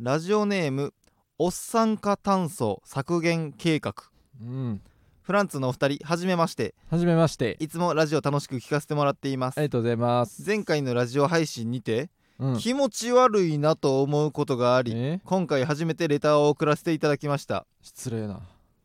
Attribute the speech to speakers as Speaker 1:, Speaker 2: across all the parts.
Speaker 1: ラジオネームおっさん化炭素削減計画
Speaker 2: うん
Speaker 1: フランツのお二人はじめまして
Speaker 2: はじめまして
Speaker 1: いつもラジオ楽しく聞かせてもらっています
Speaker 2: ありがとうございます、
Speaker 1: 前回のラジオ配信にて、
Speaker 2: うん、
Speaker 1: 気持ち悪いなと思うことがあり
Speaker 2: え
Speaker 1: 今回初めてレターを送らせていただきました
Speaker 2: 失礼な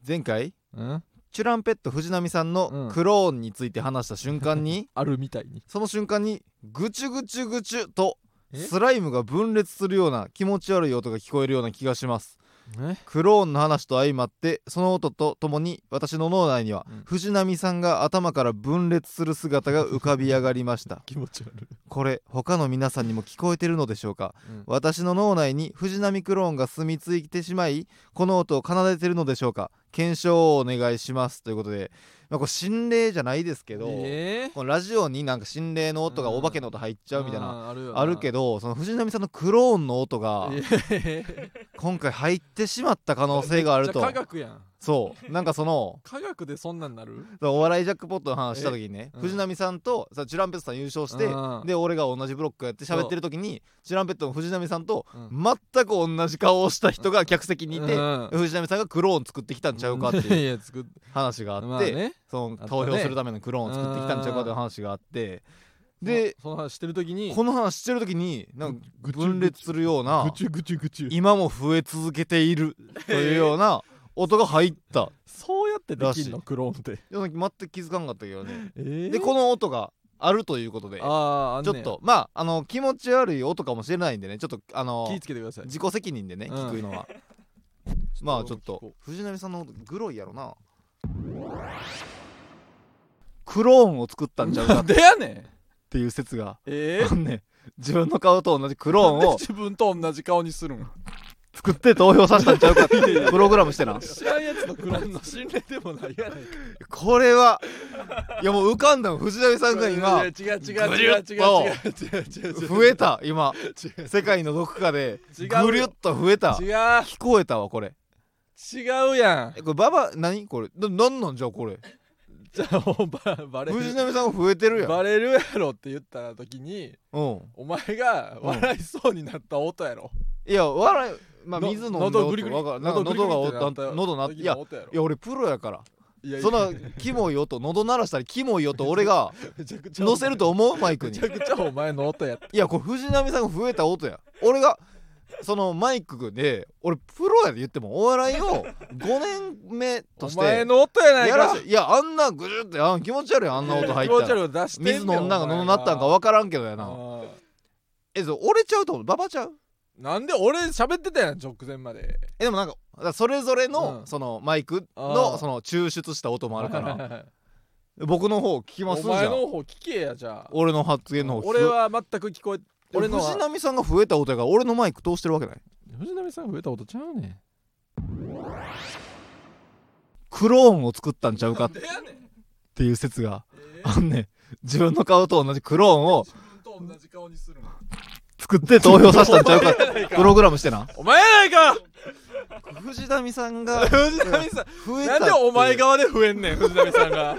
Speaker 1: 前回
Speaker 2: うん
Speaker 1: チュランペット藤波さん
Speaker 2: う
Speaker 1: の
Speaker 2: ん
Speaker 1: クローンについて話した瞬間に、
Speaker 2: あるみたいに
Speaker 1: その瞬間にぐちゅぐちゅぐちゅと
Speaker 2: え
Speaker 1: スライムが分裂するような気持ち悪い音が聞こえるような気がします
Speaker 2: え
Speaker 1: クローンの話と相まってその音とともに私の脳内には
Speaker 2: うん
Speaker 1: 藤波さんが頭から分裂する姿が浮かび上がりました
Speaker 2: 気持ち悪い、
Speaker 1: これ他の皆さんにも聞こえてるのでしょうか
Speaker 2: うん
Speaker 1: 私の脳内に藤波クローンが住み着いてしまいこの音を奏でてるのでしょうか検証をお願いしますということで、まあ、これ心霊じゃないですけど、
Speaker 2: え
Speaker 1: このラジオになんか心霊の音が
Speaker 2: うん
Speaker 1: お化けの音入っちゃうみたいな、
Speaker 2: なあるよな
Speaker 1: あるけどその藤波さんのクローンの音が
Speaker 2: え
Speaker 1: 今回入ってしまった可能性がある
Speaker 2: じゃ
Speaker 1: と
Speaker 2: あ科学やん
Speaker 1: そうなんかその
Speaker 2: 科学でそんなんなる
Speaker 1: お笑いジャックポットの話した時にね、
Speaker 2: えうん
Speaker 1: 藤波さんとさチュランペットさん優勝して、
Speaker 2: うん
Speaker 1: で俺が同じブロックやって喋ってる時にチュランペットの藤波さんと
Speaker 2: うん
Speaker 1: 全く同じ顔をした人が客席にいて、
Speaker 2: うん
Speaker 1: 藤波さんがクローン作ってきたんちゃうかって
Speaker 2: いや
Speaker 1: いう
Speaker 2: いや作っ
Speaker 1: 話があって、
Speaker 2: まあね
Speaker 1: その
Speaker 2: あったね
Speaker 1: 投票するためのクローンを作ってきたんちゃうかっていう話があって、で
Speaker 2: その話してる時に
Speaker 1: この話してる時になんか
Speaker 2: ぐ
Speaker 1: 分裂するよう
Speaker 2: ぐ
Speaker 1: な
Speaker 2: ちゅぐちゅぐちゅ
Speaker 1: 今も増え続けているというような音が入 った
Speaker 2: そうやってできん
Speaker 1: らし
Speaker 2: のクローンって
Speaker 1: でも全く気づかんかったけどね
Speaker 2: え
Speaker 1: でこの音があるということでちょ
Speaker 2: あーあんね
Speaker 1: っとまああの気持ち悪い音かもしれないんでねちょっとあの
Speaker 2: 気ぃつけてください
Speaker 1: 自己責任でね
Speaker 2: うん
Speaker 1: 聞くの はまあちょっ
Speaker 2: 聞
Speaker 1: と
Speaker 2: こ
Speaker 1: 藤波さんの音グロいやろなクローンを作ったんちゃう
Speaker 2: う
Speaker 1: か
Speaker 2: な
Speaker 1: っ
Speaker 2: んでやねん
Speaker 1: ていう説が
Speaker 2: え
Speaker 1: あんねん自分の顔と同じクローン
Speaker 2: なんで
Speaker 1: を
Speaker 2: 自分と同じ顔にするん
Speaker 1: 作って投票させたんちゃうかってプログラムしてな
Speaker 2: 知らんやつのクランの心霊でもないやないか
Speaker 1: これはいやもう浮かんだの藤波さんが今
Speaker 2: いや違う違う
Speaker 1: ぐりゅ
Speaker 2: 違
Speaker 1: っ
Speaker 2: う
Speaker 1: と
Speaker 2: 違う違う違う違う違う違う
Speaker 1: 増えた今
Speaker 2: 違う
Speaker 1: 世界のどこかで
Speaker 2: 違うよ
Speaker 1: ぐりゅっと増えた聞こえたわこれ
Speaker 2: 違うやん
Speaker 1: えこれババ何これななんなんじゃあこれ
Speaker 2: じゃあもうババレ
Speaker 1: 藤
Speaker 2: る
Speaker 1: 波さんが増えてるやん
Speaker 2: バレるやろって言った時に
Speaker 1: うん
Speaker 2: お前が笑いそうになった音やろ
Speaker 1: いや笑いまあ
Speaker 2: の
Speaker 1: 水飲んで
Speaker 2: 喉グリグリ
Speaker 1: わかるなんか
Speaker 2: 喉グリグ
Speaker 1: 喉が
Speaker 2: リ
Speaker 1: お
Speaker 2: ってなった
Speaker 1: な喉なっい
Speaker 2: 時の
Speaker 1: や
Speaker 2: 音やろ
Speaker 1: いや俺プロやから
Speaker 2: いや
Speaker 1: そんなキモい音喉鳴らしたりキモい音俺が
Speaker 2: め ちゃくちゃ
Speaker 1: 乗せると思うマイク
Speaker 2: め
Speaker 1: に
Speaker 2: ちゃくちゃお前の音やった
Speaker 1: いやこれ藤波さんが増えた音や俺がそのマイクで俺プロやで言ってもお笑いを5年目と
Speaker 2: お
Speaker 1: して
Speaker 2: 前の音やない
Speaker 1: やら
Speaker 2: か
Speaker 1: せいやあんなぐるってあん気持ち悪いあんな音入
Speaker 2: 気持
Speaker 1: っ
Speaker 2: ち
Speaker 1: たら
Speaker 2: 悪い音出してんね
Speaker 1: 水飲んだんか
Speaker 2: お前
Speaker 1: 喉鳴ったんか分からんけどやな
Speaker 2: あー
Speaker 1: えそう折れちゃうと思うババちゃう
Speaker 2: なんで俺喋ってたやん直前まで
Speaker 1: えでもなんかだからそれぞれの、
Speaker 2: うん
Speaker 1: そのマイク
Speaker 2: あ
Speaker 1: の
Speaker 2: ー
Speaker 1: その抽出した音もあるから
Speaker 2: ら
Speaker 1: 僕の方聞きます じ
Speaker 2: お
Speaker 1: ゃ
Speaker 2: 前
Speaker 1: ん
Speaker 2: の方聞けやじゃあ
Speaker 1: 俺の発言の方聞く
Speaker 2: 俺は全く聞こえ俺
Speaker 1: 俺
Speaker 2: の
Speaker 1: の藤
Speaker 2: は
Speaker 1: 波さんが増えた音やから俺のマイク通してるわけない
Speaker 2: 藤波さん増えた音ちゃうねん
Speaker 1: クローンを作ったんちゃうかっ
Speaker 2: でやねん
Speaker 1: ていう説が
Speaker 2: えー
Speaker 1: あんねん自分の顔と同じクローンを
Speaker 2: 自分と同じ顔にするの
Speaker 1: 作って投票させたんちゃうかって
Speaker 2: お前やない か
Speaker 1: プログラムしてな
Speaker 2: お前やないか
Speaker 1: 藤波さんが
Speaker 2: 藤波さ
Speaker 1: 増
Speaker 2: ん
Speaker 1: えた
Speaker 2: なんでお前側で増えんねん藤波さんが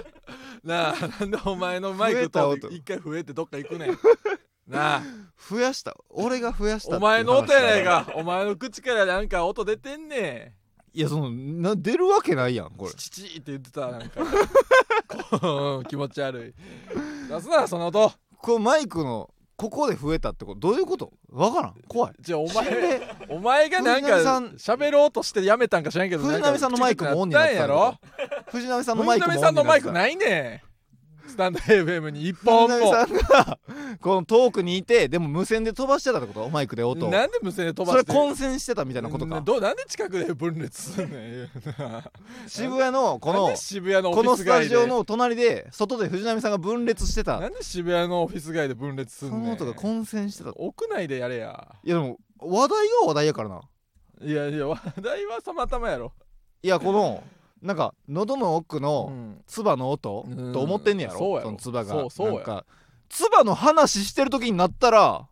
Speaker 2: なあなんでお前のマイク
Speaker 1: 増
Speaker 2: と
Speaker 1: えた音
Speaker 2: 一回増えてどっか行くねんなあ
Speaker 1: 増やした俺が増やしたってい
Speaker 2: お
Speaker 1: う
Speaker 2: 前の音やない
Speaker 1: 話
Speaker 2: かお前の口からなんか音出てんね
Speaker 1: いやそのな出るわけないやんこ
Speaker 2: ん
Speaker 1: れ
Speaker 2: チチチって言ってたなんかこう気持ち悪い出すなその音
Speaker 1: これマイクのここで増えたってことどういうことわからん怖い
Speaker 2: じゃあお
Speaker 1: 死ん
Speaker 2: 前
Speaker 1: で
Speaker 2: お前がなんか
Speaker 1: 藤波さん
Speaker 2: 喋ろうとしてやめたんか知らんけど
Speaker 1: 藤波さんのマイクもオンになって
Speaker 2: ん
Speaker 1: た
Speaker 2: や
Speaker 1: んだ
Speaker 2: ろ
Speaker 1: 藤波さんの
Speaker 2: 藤
Speaker 1: マイクもオン
Speaker 2: 波
Speaker 1: に
Speaker 2: さんのマイク
Speaker 1: なって
Speaker 2: ないねんスタンド FM に一
Speaker 1: た
Speaker 2: 本
Speaker 1: 藤
Speaker 2: も
Speaker 1: 波さんがこの遠くにいてでも無線で飛ばしてたってことマイクで音を
Speaker 2: なんで無線で飛
Speaker 1: そ
Speaker 2: ば
Speaker 1: れ
Speaker 2: して
Speaker 1: 混戦してたみたいなこと
Speaker 2: な
Speaker 1: か
Speaker 2: どうなんで近くで分裂すんねん
Speaker 1: 渋谷のこ
Speaker 2: なん
Speaker 1: の
Speaker 2: で渋谷のオフ
Speaker 1: この
Speaker 2: ィス
Speaker 1: ス
Speaker 2: 街
Speaker 1: タ
Speaker 2: で
Speaker 1: ジオの隣で外で藤波さんが分裂して
Speaker 2: な
Speaker 1: た
Speaker 2: んで渋谷のオフィス街で分裂す
Speaker 1: そ
Speaker 2: んねん
Speaker 1: の音が混戦してたい
Speaker 2: 屋内でやれや
Speaker 1: やでも話題が話題やからない
Speaker 2: やいや話題はさまたまやろ、
Speaker 1: いやこのなんか喉の奥の、
Speaker 2: ん、
Speaker 1: 唾の音、
Speaker 2: うん
Speaker 1: と思ってんねやろ
Speaker 2: そうやろ
Speaker 1: の唾が
Speaker 2: そうそうや
Speaker 1: なんか唾の話してる時になったら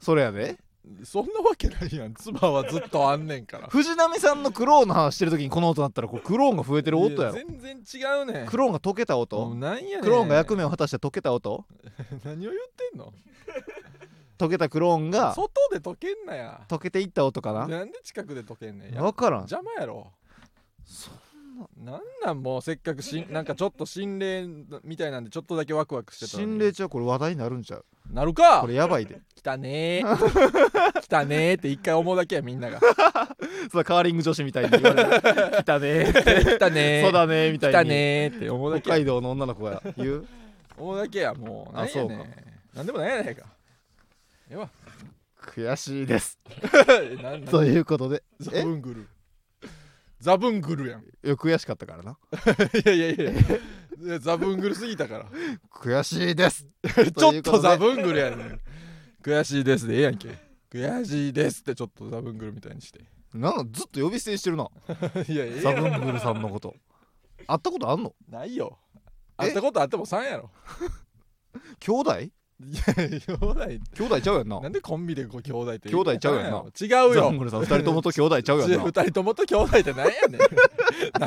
Speaker 1: それやで
Speaker 2: そんなわけないやん唾はずっとあんねんから
Speaker 1: 藤波さんのクローンの話してる時にこの音なったらこれク ローンが増えてる音やろ
Speaker 2: い全然違うねん
Speaker 1: クローンが溶けた
Speaker 2: もう
Speaker 1: 音
Speaker 2: なんやねん
Speaker 1: クローンが役目を果たして溶けた音
Speaker 2: 何を言ってんの
Speaker 1: 溶けたクローンが
Speaker 2: 外で溶けんなや
Speaker 1: 溶けていった音かな
Speaker 2: なんで近くで溶けんねんや
Speaker 1: 分からん
Speaker 2: 邪魔やろ
Speaker 1: そ
Speaker 2: なんなんもうせっかくし んなんかちょっと心霊みたいなんでちょっとだけワクワクしてたのに
Speaker 1: 心霊ちゃうこれ話題になるんちゃう
Speaker 2: なるか
Speaker 1: これやば いで
Speaker 2: 来 たねー来たねーって一回思うだけやみんなが
Speaker 1: そうカーリング女子みたいに言われ る来たね
Speaker 2: 来たねー
Speaker 1: そうだねみた
Speaker 2: 来
Speaker 1: い
Speaker 2: た
Speaker 1: に
Speaker 2: ねーって思うだけ
Speaker 1: 北海道の女の子が言う
Speaker 2: 思うだけやもう
Speaker 1: あ
Speaker 2: なんやねん
Speaker 1: そう
Speaker 2: なんでもないやな いかええわ
Speaker 1: 悔しいです
Speaker 2: なんなん
Speaker 1: ということで
Speaker 2: ザ
Speaker 1: え
Speaker 2: ブングルザブン グルやんい
Speaker 1: いや悔しかったからな
Speaker 2: やいやいやいやザブングルすぎたから
Speaker 1: 悔しいです
Speaker 2: ちょっとザ
Speaker 1: だ
Speaker 2: ブングルやねん悔しいですでええやんけ悔しいですってちょっとザブングルみたいにして
Speaker 1: なんかずっと呼び捨てにしてるない
Speaker 2: やええ
Speaker 1: ザ
Speaker 2: やん
Speaker 1: ブングルさんのこと会ったことあんの
Speaker 2: ないよ
Speaker 1: え
Speaker 2: 会ったことあっても3や ろ
Speaker 1: 兄弟
Speaker 2: いや兄弟
Speaker 1: 兄弟ちゃうやんな
Speaker 2: なんでコンビでこう兄弟って
Speaker 1: 兄弟ちゃうやんな
Speaker 2: 違う
Speaker 1: ザ
Speaker 2: よ
Speaker 1: ブングルさん2人ともと兄弟ちゃうやん
Speaker 2: 2
Speaker 1: な
Speaker 2: 人ともと兄弟ってなんやねん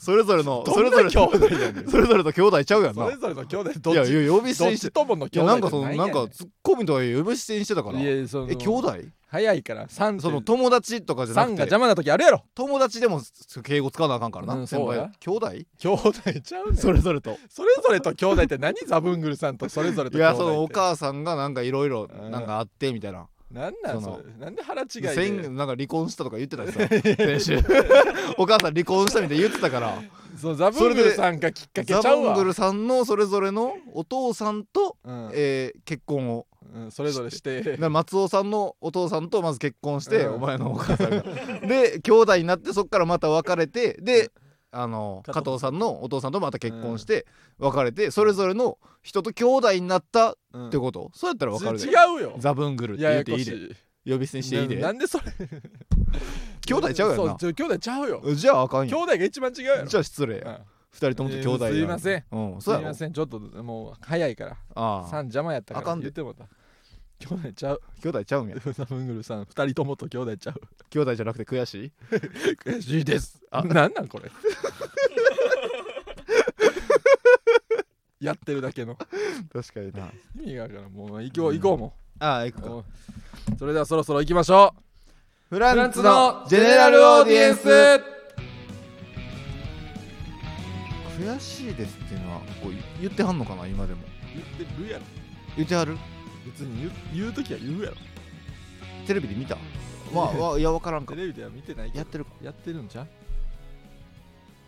Speaker 1: それぞれのそ
Speaker 2: ど
Speaker 1: れ
Speaker 2: ん
Speaker 1: ぞ
Speaker 2: な
Speaker 1: れ
Speaker 2: 兄弟やねん
Speaker 1: それぞれと兄弟ちゃうやんな
Speaker 2: それぞれの兄弟ど
Speaker 1: い
Speaker 2: っ
Speaker 1: や
Speaker 2: ち
Speaker 1: いや呼び捨
Speaker 2: ど
Speaker 1: て
Speaker 2: っ
Speaker 1: にして
Speaker 2: ちともの
Speaker 1: い
Speaker 2: 兄
Speaker 1: やな
Speaker 2: 弟
Speaker 1: んかそのなんかツッコミとか呼び捨てにしてたから
Speaker 2: い
Speaker 1: え
Speaker 2: やその
Speaker 1: 兄弟
Speaker 2: 早いから三
Speaker 1: その友達とかじゃな
Speaker 2: 三
Speaker 1: く
Speaker 2: が
Speaker 1: て
Speaker 2: 邪魔な時あるやろ
Speaker 1: 友達でも敬語使わなあかんから
Speaker 2: う
Speaker 1: なん先
Speaker 2: そう
Speaker 1: 輩
Speaker 2: や
Speaker 1: 兄弟
Speaker 2: 兄弟ちゃうねん
Speaker 1: それぞれと
Speaker 2: それぞれと兄弟って何ザブングルさんとそれぞれ
Speaker 1: い
Speaker 2: と兄弟っ
Speaker 1: や
Speaker 2: て
Speaker 1: そのお母さんがなんかいろいろなんかあってみたいな
Speaker 2: なんなん
Speaker 1: その
Speaker 2: それなんで腹違い
Speaker 1: 先
Speaker 2: で
Speaker 1: なんか離婚したとか言ってたし さ先週お母さん離婚したみたいに言ってたから
Speaker 2: そのザブングルさんがきっかけちゃ
Speaker 1: ザ
Speaker 2: う
Speaker 1: ブン
Speaker 2: わ
Speaker 1: グルさんのそれぞれのお父さんと、
Speaker 2: うん
Speaker 1: えー結婚を
Speaker 2: うんそれぞれして
Speaker 1: だから松尾さんのお父さんとまず結婚して、
Speaker 2: うん
Speaker 1: お前のお母さんがで兄弟になってそっからまた別れてであの加
Speaker 2: 加
Speaker 1: 藤
Speaker 2: 藤
Speaker 1: さんのお父さんとまた結婚して別れてそれぞれの人と兄弟になったっ
Speaker 2: うん
Speaker 1: てこと、そうやったら分かる
Speaker 2: ち違
Speaker 1: で
Speaker 2: うよ
Speaker 1: ザブングルって
Speaker 2: や
Speaker 1: 言っ
Speaker 2: や
Speaker 1: て
Speaker 2: こ
Speaker 1: いい
Speaker 2: し
Speaker 1: で
Speaker 2: い
Speaker 1: 呼び捨てにしていいで
Speaker 2: ななんでそれ
Speaker 1: 兄弟ちゃうやんな
Speaker 2: そちょ兄弟ちゃうよ
Speaker 1: じゃああかん
Speaker 2: 兄
Speaker 1: よ
Speaker 2: 弟が一番違うやろ
Speaker 1: じゃあ失礼や
Speaker 2: うん
Speaker 1: 二人ともと兄弟や
Speaker 2: えーすいません
Speaker 1: うん
Speaker 2: す
Speaker 1: そう
Speaker 2: い
Speaker 1: やろ
Speaker 2: ませんちょっともう早いから
Speaker 1: ああ
Speaker 2: 三邪魔やったから
Speaker 1: あかんで
Speaker 2: 言ってもうた兄弟ちゃう
Speaker 1: 兄弟ちゃうんや
Speaker 2: ザブングルさん二人ともと兄弟ちゃう
Speaker 1: 兄弟じゃなくて悔しい
Speaker 2: 悔しいですあなんなんこれやってるだけの
Speaker 1: 確かにな
Speaker 2: 意味があるからもう行こう行こうも
Speaker 1: ああ行く
Speaker 2: う
Speaker 1: か
Speaker 2: もうそれではそろそろ行きましょう
Speaker 1: フ
Speaker 2: フ
Speaker 1: ラ
Speaker 2: ラン
Speaker 1: ン
Speaker 2: ツ
Speaker 1: ツの
Speaker 2: の
Speaker 1: ジ
Speaker 2: ジ
Speaker 1: ェ
Speaker 2: ェ
Speaker 1: ネ
Speaker 2: ネ
Speaker 1: ラ
Speaker 2: ラ
Speaker 1: ル
Speaker 2: ル
Speaker 1: オ
Speaker 2: オ
Speaker 1: ー
Speaker 2: ー
Speaker 1: デ
Speaker 2: デ
Speaker 1: ィ
Speaker 2: ィ
Speaker 1: エ
Speaker 2: エ
Speaker 1: ン
Speaker 2: ン
Speaker 1: ス
Speaker 2: ス
Speaker 1: 悔しいですっていうのはこう言ってはんのかな今でも
Speaker 2: 言ってるやろ
Speaker 1: 言ってはる
Speaker 2: 別に言う言う時は言うやろ
Speaker 1: テレビで 見たまあわいや分からんか
Speaker 2: テレビでは見てないけ
Speaker 1: やっ
Speaker 2: ど
Speaker 1: てるか
Speaker 2: やってるんじゃう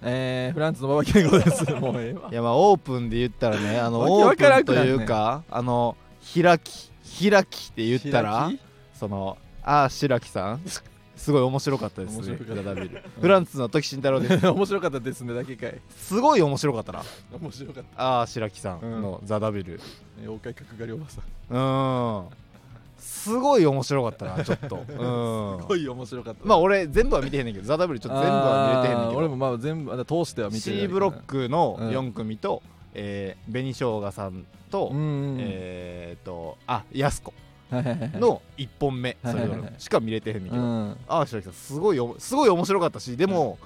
Speaker 2: えー、フランツの馬場健吾ですもうええわ
Speaker 1: いやまあオープンで言ったらねあの オ
Speaker 2: わ
Speaker 1: ー
Speaker 2: けわから
Speaker 1: プン
Speaker 2: んく
Speaker 1: と
Speaker 2: なるね
Speaker 1: いうかあの開き開きって言ったら
Speaker 2: 開き
Speaker 1: そのああ白木さん すごい面白かったです
Speaker 2: 面
Speaker 1: ね
Speaker 2: 白かった
Speaker 1: ダダビルフランツの時慎太郎です
Speaker 2: 面白かったですねだけかい
Speaker 1: すごい面白かったな
Speaker 2: 面白かった
Speaker 1: ああ白木さんのザ・ダビル
Speaker 2: 妖怪角刈りおばさん
Speaker 1: うーんすごい面白かったなちょっ とう
Speaker 2: す
Speaker 1: ー
Speaker 2: ご
Speaker 1: ん
Speaker 2: い面白かった
Speaker 1: まあ俺全部は見てへんねんけどザ・ダブルちょっと全部は見れてへんねん
Speaker 2: あー
Speaker 1: け
Speaker 2: 俺
Speaker 1: ど
Speaker 2: もまあ全部あ通しては見てない
Speaker 1: C ブロックの
Speaker 2: うん
Speaker 1: 4組と、えー、紅しょうがさんと、
Speaker 2: うんうんうん、
Speaker 1: えーっとあやす子
Speaker 2: はいはいはい
Speaker 1: の1本目
Speaker 2: はい
Speaker 1: そ
Speaker 2: は
Speaker 1: れ
Speaker 2: いはい
Speaker 1: ぞれのしか見れてへんねんけ
Speaker 2: う
Speaker 1: ど、
Speaker 2: ん
Speaker 1: ああ白木さんすごいおすごい面白かったしでも、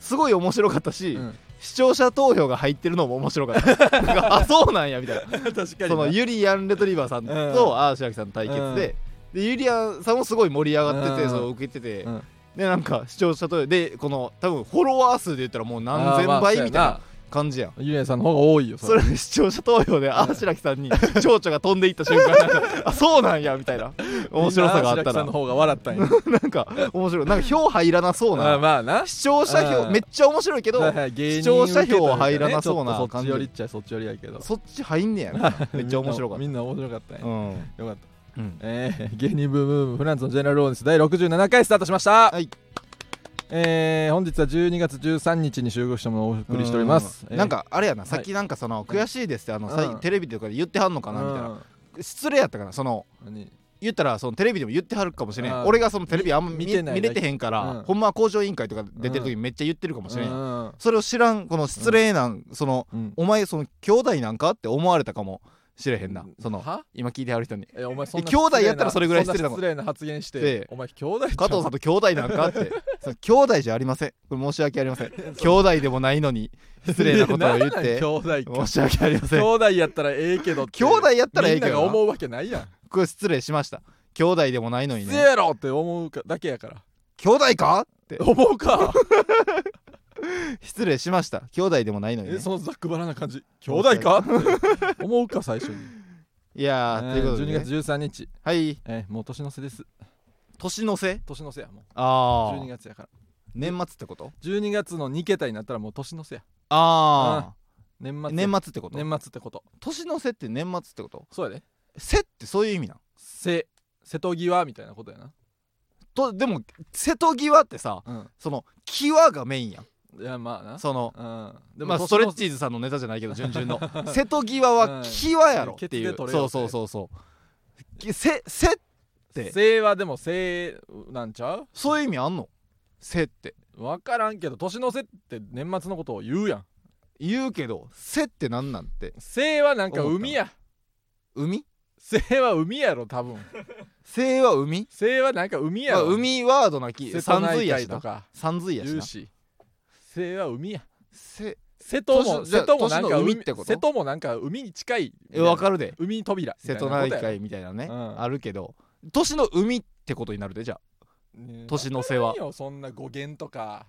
Speaker 1: すごい面白かったし、
Speaker 2: うん
Speaker 1: 視聴者投票が入ってるのも面白かった なんかあそうなんやみたいな
Speaker 2: 確かにな
Speaker 1: そのユリアン・レトリバーさん
Speaker 2: うん
Speaker 1: とアーシュラキさんの対決で,、でユリアンさんもすごい盛り上がってて、
Speaker 2: うん
Speaker 1: その受けてて、
Speaker 2: うん
Speaker 1: でなんか視聴者とでこの多分フォロワー数で言ったらもう何千倍みたいな感じやん。
Speaker 2: ゆりやんさんの方が多いよ
Speaker 1: それで視聴者投票でアーシュラキさんに蝶々が飛んでいった瞬間なん かあそうなんやみたいな面白さがあった
Speaker 2: みんな白木さ
Speaker 1: ら
Speaker 2: んの方が笑ったんや
Speaker 1: なんか面白いなんか票入らなそう
Speaker 2: まあ
Speaker 1: な
Speaker 2: まあな
Speaker 1: 視聴者票
Speaker 2: うん
Speaker 1: めっちゃ面白いけど
Speaker 2: はいはい芸
Speaker 1: 視
Speaker 2: 人
Speaker 1: 聴者
Speaker 2: 受けというかね
Speaker 1: 票入らなそうな
Speaker 2: ちょっとそ
Speaker 1: 感
Speaker 2: っち
Speaker 1: じ
Speaker 2: 寄りっちゃそっち寄りやけど
Speaker 1: そっち入んねやなめっちゃ面白かっ
Speaker 2: みんな面白かったん
Speaker 1: た
Speaker 2: や
Speaker 1: うん
Speaker 2: よかった
Speaker 1: うん
Speaker 2: えー、芸人ブームブームフランスのジェネラルオーディエンス第67回スタートしました
Speaker 1: はい
Speaker 2: えー、本日は12月13日に集合したものをお送りしております
Speaker 1: うんなんかあれやな、
Speaker 2: い
Speaker 1: さっきなんかその悔しいですってあの、さい
Speaker 2: うん
Speaker 1: テレビとかで言ってはんのかなみたいな、失礼やったかなその
Speaker 2: たいな
Speaker 1: 言ったらそのテレビでも言ってはるかもしれん、
Speaker 2: うん
Speaker 1: 俺がそのテレビあんま見
Speaker 2: み見てない
Speaker 1: 見れてへんから、
Speaker 2: うん
Speaker 1: ほんまは「向上委員会」とか出てる時にめっちゃ言ってるかもしれんやん、
Speaker 2: うん
Speaker 1: それを知らんこの失礼なん、その
Speaker 2: うん
Speaker 1: お前その兄弟なんかって思われたかもしれへんなその
Speaker 2: は
Speaker 1: 今聞いてはる人 に
Speaker 2: えお前そんな
Speaker 1: え兄弟やったらそれぐらい
Speaker 2: 失礼な
Speaker 1: 失礼な
Speaker 2: そんな失礼な発言し
Speaker 1: ええ
Speaker 2: てお前兄弟ちゃう
Speaker 1: 加藤さんと兄弟なんかって その兄弟じゃありませんこれ申し訳ありません兄弟でもないのに失礼なことを 言っ
Speaker 2: い
Speaker 1: て
Speaker 2: やなんなん兄弟か
Speaker 1: 申し訳ありませ
Speaker 2: 兄
Speaker 1: ん
Speaker 2: 弟やったらええけどって
Speaker 1: 兄弟やったらええけ
Speaker 2: みんな
Speaker 1: ど
Speaker 2: が
Speaker 1: な
Speaker 2: 思うわけないやん
Speaker 1: これ失礼しました兄弟でもないのに
Speaker 2: せ
Speaker 1: ね
Speaker 2: やろって思うかだけやから
Speaker 1: 兄弟かって
Speaker 2: 思うか
Speaker 1: 失礼しました兄弟でもないのに
Speaker 2: え
Speaker 1: ね
Speaker 2: そのざっくばらんな感 じ兄弟かって思うか最初に
Speaker 1: いやー、ということ
Speaker 2: 12
Speaker 1: で、ね
Speaker 2: 月、13日
Speaker 1: はい
Speaker 2: えーもう年の瀬です
Speaker 1: 年の瀬
Speaker 2: 年の瀬やもう
Speaker 1: あ
Speaker 2: 12
Speaker 1: あ
Speaker 2: 月やから
Speaker 1: 年末ってこと
Speaker 2: 12月の2桁になったらもう年の瀬や
Speaker 1: あ
Speaker 2: 年
Speaker 1: あ
Speaker 2: 末
Speaker 1: 年末ってこと
Speaker 2: 年末ってこと
Speaker 1: 年の瀬って年末ってこと
Speaker 2: そうやで
Speaker 1: 瀬ってそういう意味なん
Speaker 2: 瀬瀬戸際みたいなことやな
Speaker 1: とでも瀬戸際ってさ
Speaker 2: う
Speaker 1: その際がメインやん
Speaker 2: んいやまあな
Speaker 1: その
Speaker 2: うん
Speaker 1: まあストレッチ
Speaker 2: ー
Speaker 1: ーズさんのネタじゃないけど順々の 瀬戸際は際やろっていう
Speaker 2: うんケツで取れ
Speaker 1: そ
Speaker 2: よ
Speaker 1: う
Speaker 2: って
Speaker 1: そうそうそうき瀬瀬って
Speaker 2: 瀬はでも瀬なんちゃう
Speaker 1: そういう意味あんの瀬って
Speaker 2: 分からんけど年の瀬って年末のことを言うやん
Speaker 1: 言うけど瀬ってなんなんって
Speaker 2: 瀬はなんか海や
Speaker 1: 海
Speaker 2: 瀬は海やろ多分
Speaker 1: 瀬は海
Speaker 2: 瀬はなんか海や
Speaker 1: まあ
Speaker 2: ろ、
Speaker 1: 海ワードなき
Speaker 2: 瀬戸
Speaker 1: 三
Speaker 2: 内
Speaker 1: 髄や
Speaker 2: 海
Speaker 1: し
Speaker 2: と
Speaker 1: な
Speaker 2: か
Speaker 1: 三髄やし
Speaker 2: 言う
Speaker 1: な
Speaker 2: し瀬は海や
Speaker 1: せ
Speaker 2: 瀬戸も
Speaker 1: 都市じゃあ
Speaker 2: 瀬戸もなん
Speaker 1: 都市
Speaker 2: か
Speaker 1: の海ってこと
Speaker 2: 瀬戸もなんか海に近い
Speaker 1: えわかるで
Speaker 2: 海扉みた
Speaker 1: 瀬
Speaker 2: いな
Speaker 1: 戸
Speaker 2: こと
Speaker 1: 内
Speaker 2: や
Speaker 1: 海みたいなね
Speaker 2: うん
Speaker 1: あるけど年の海ってことになるでじゃあ
Speaker 2: ねえ
Speaker 1: 年の瀬は
Speaker 2: わからんよそんな語源とか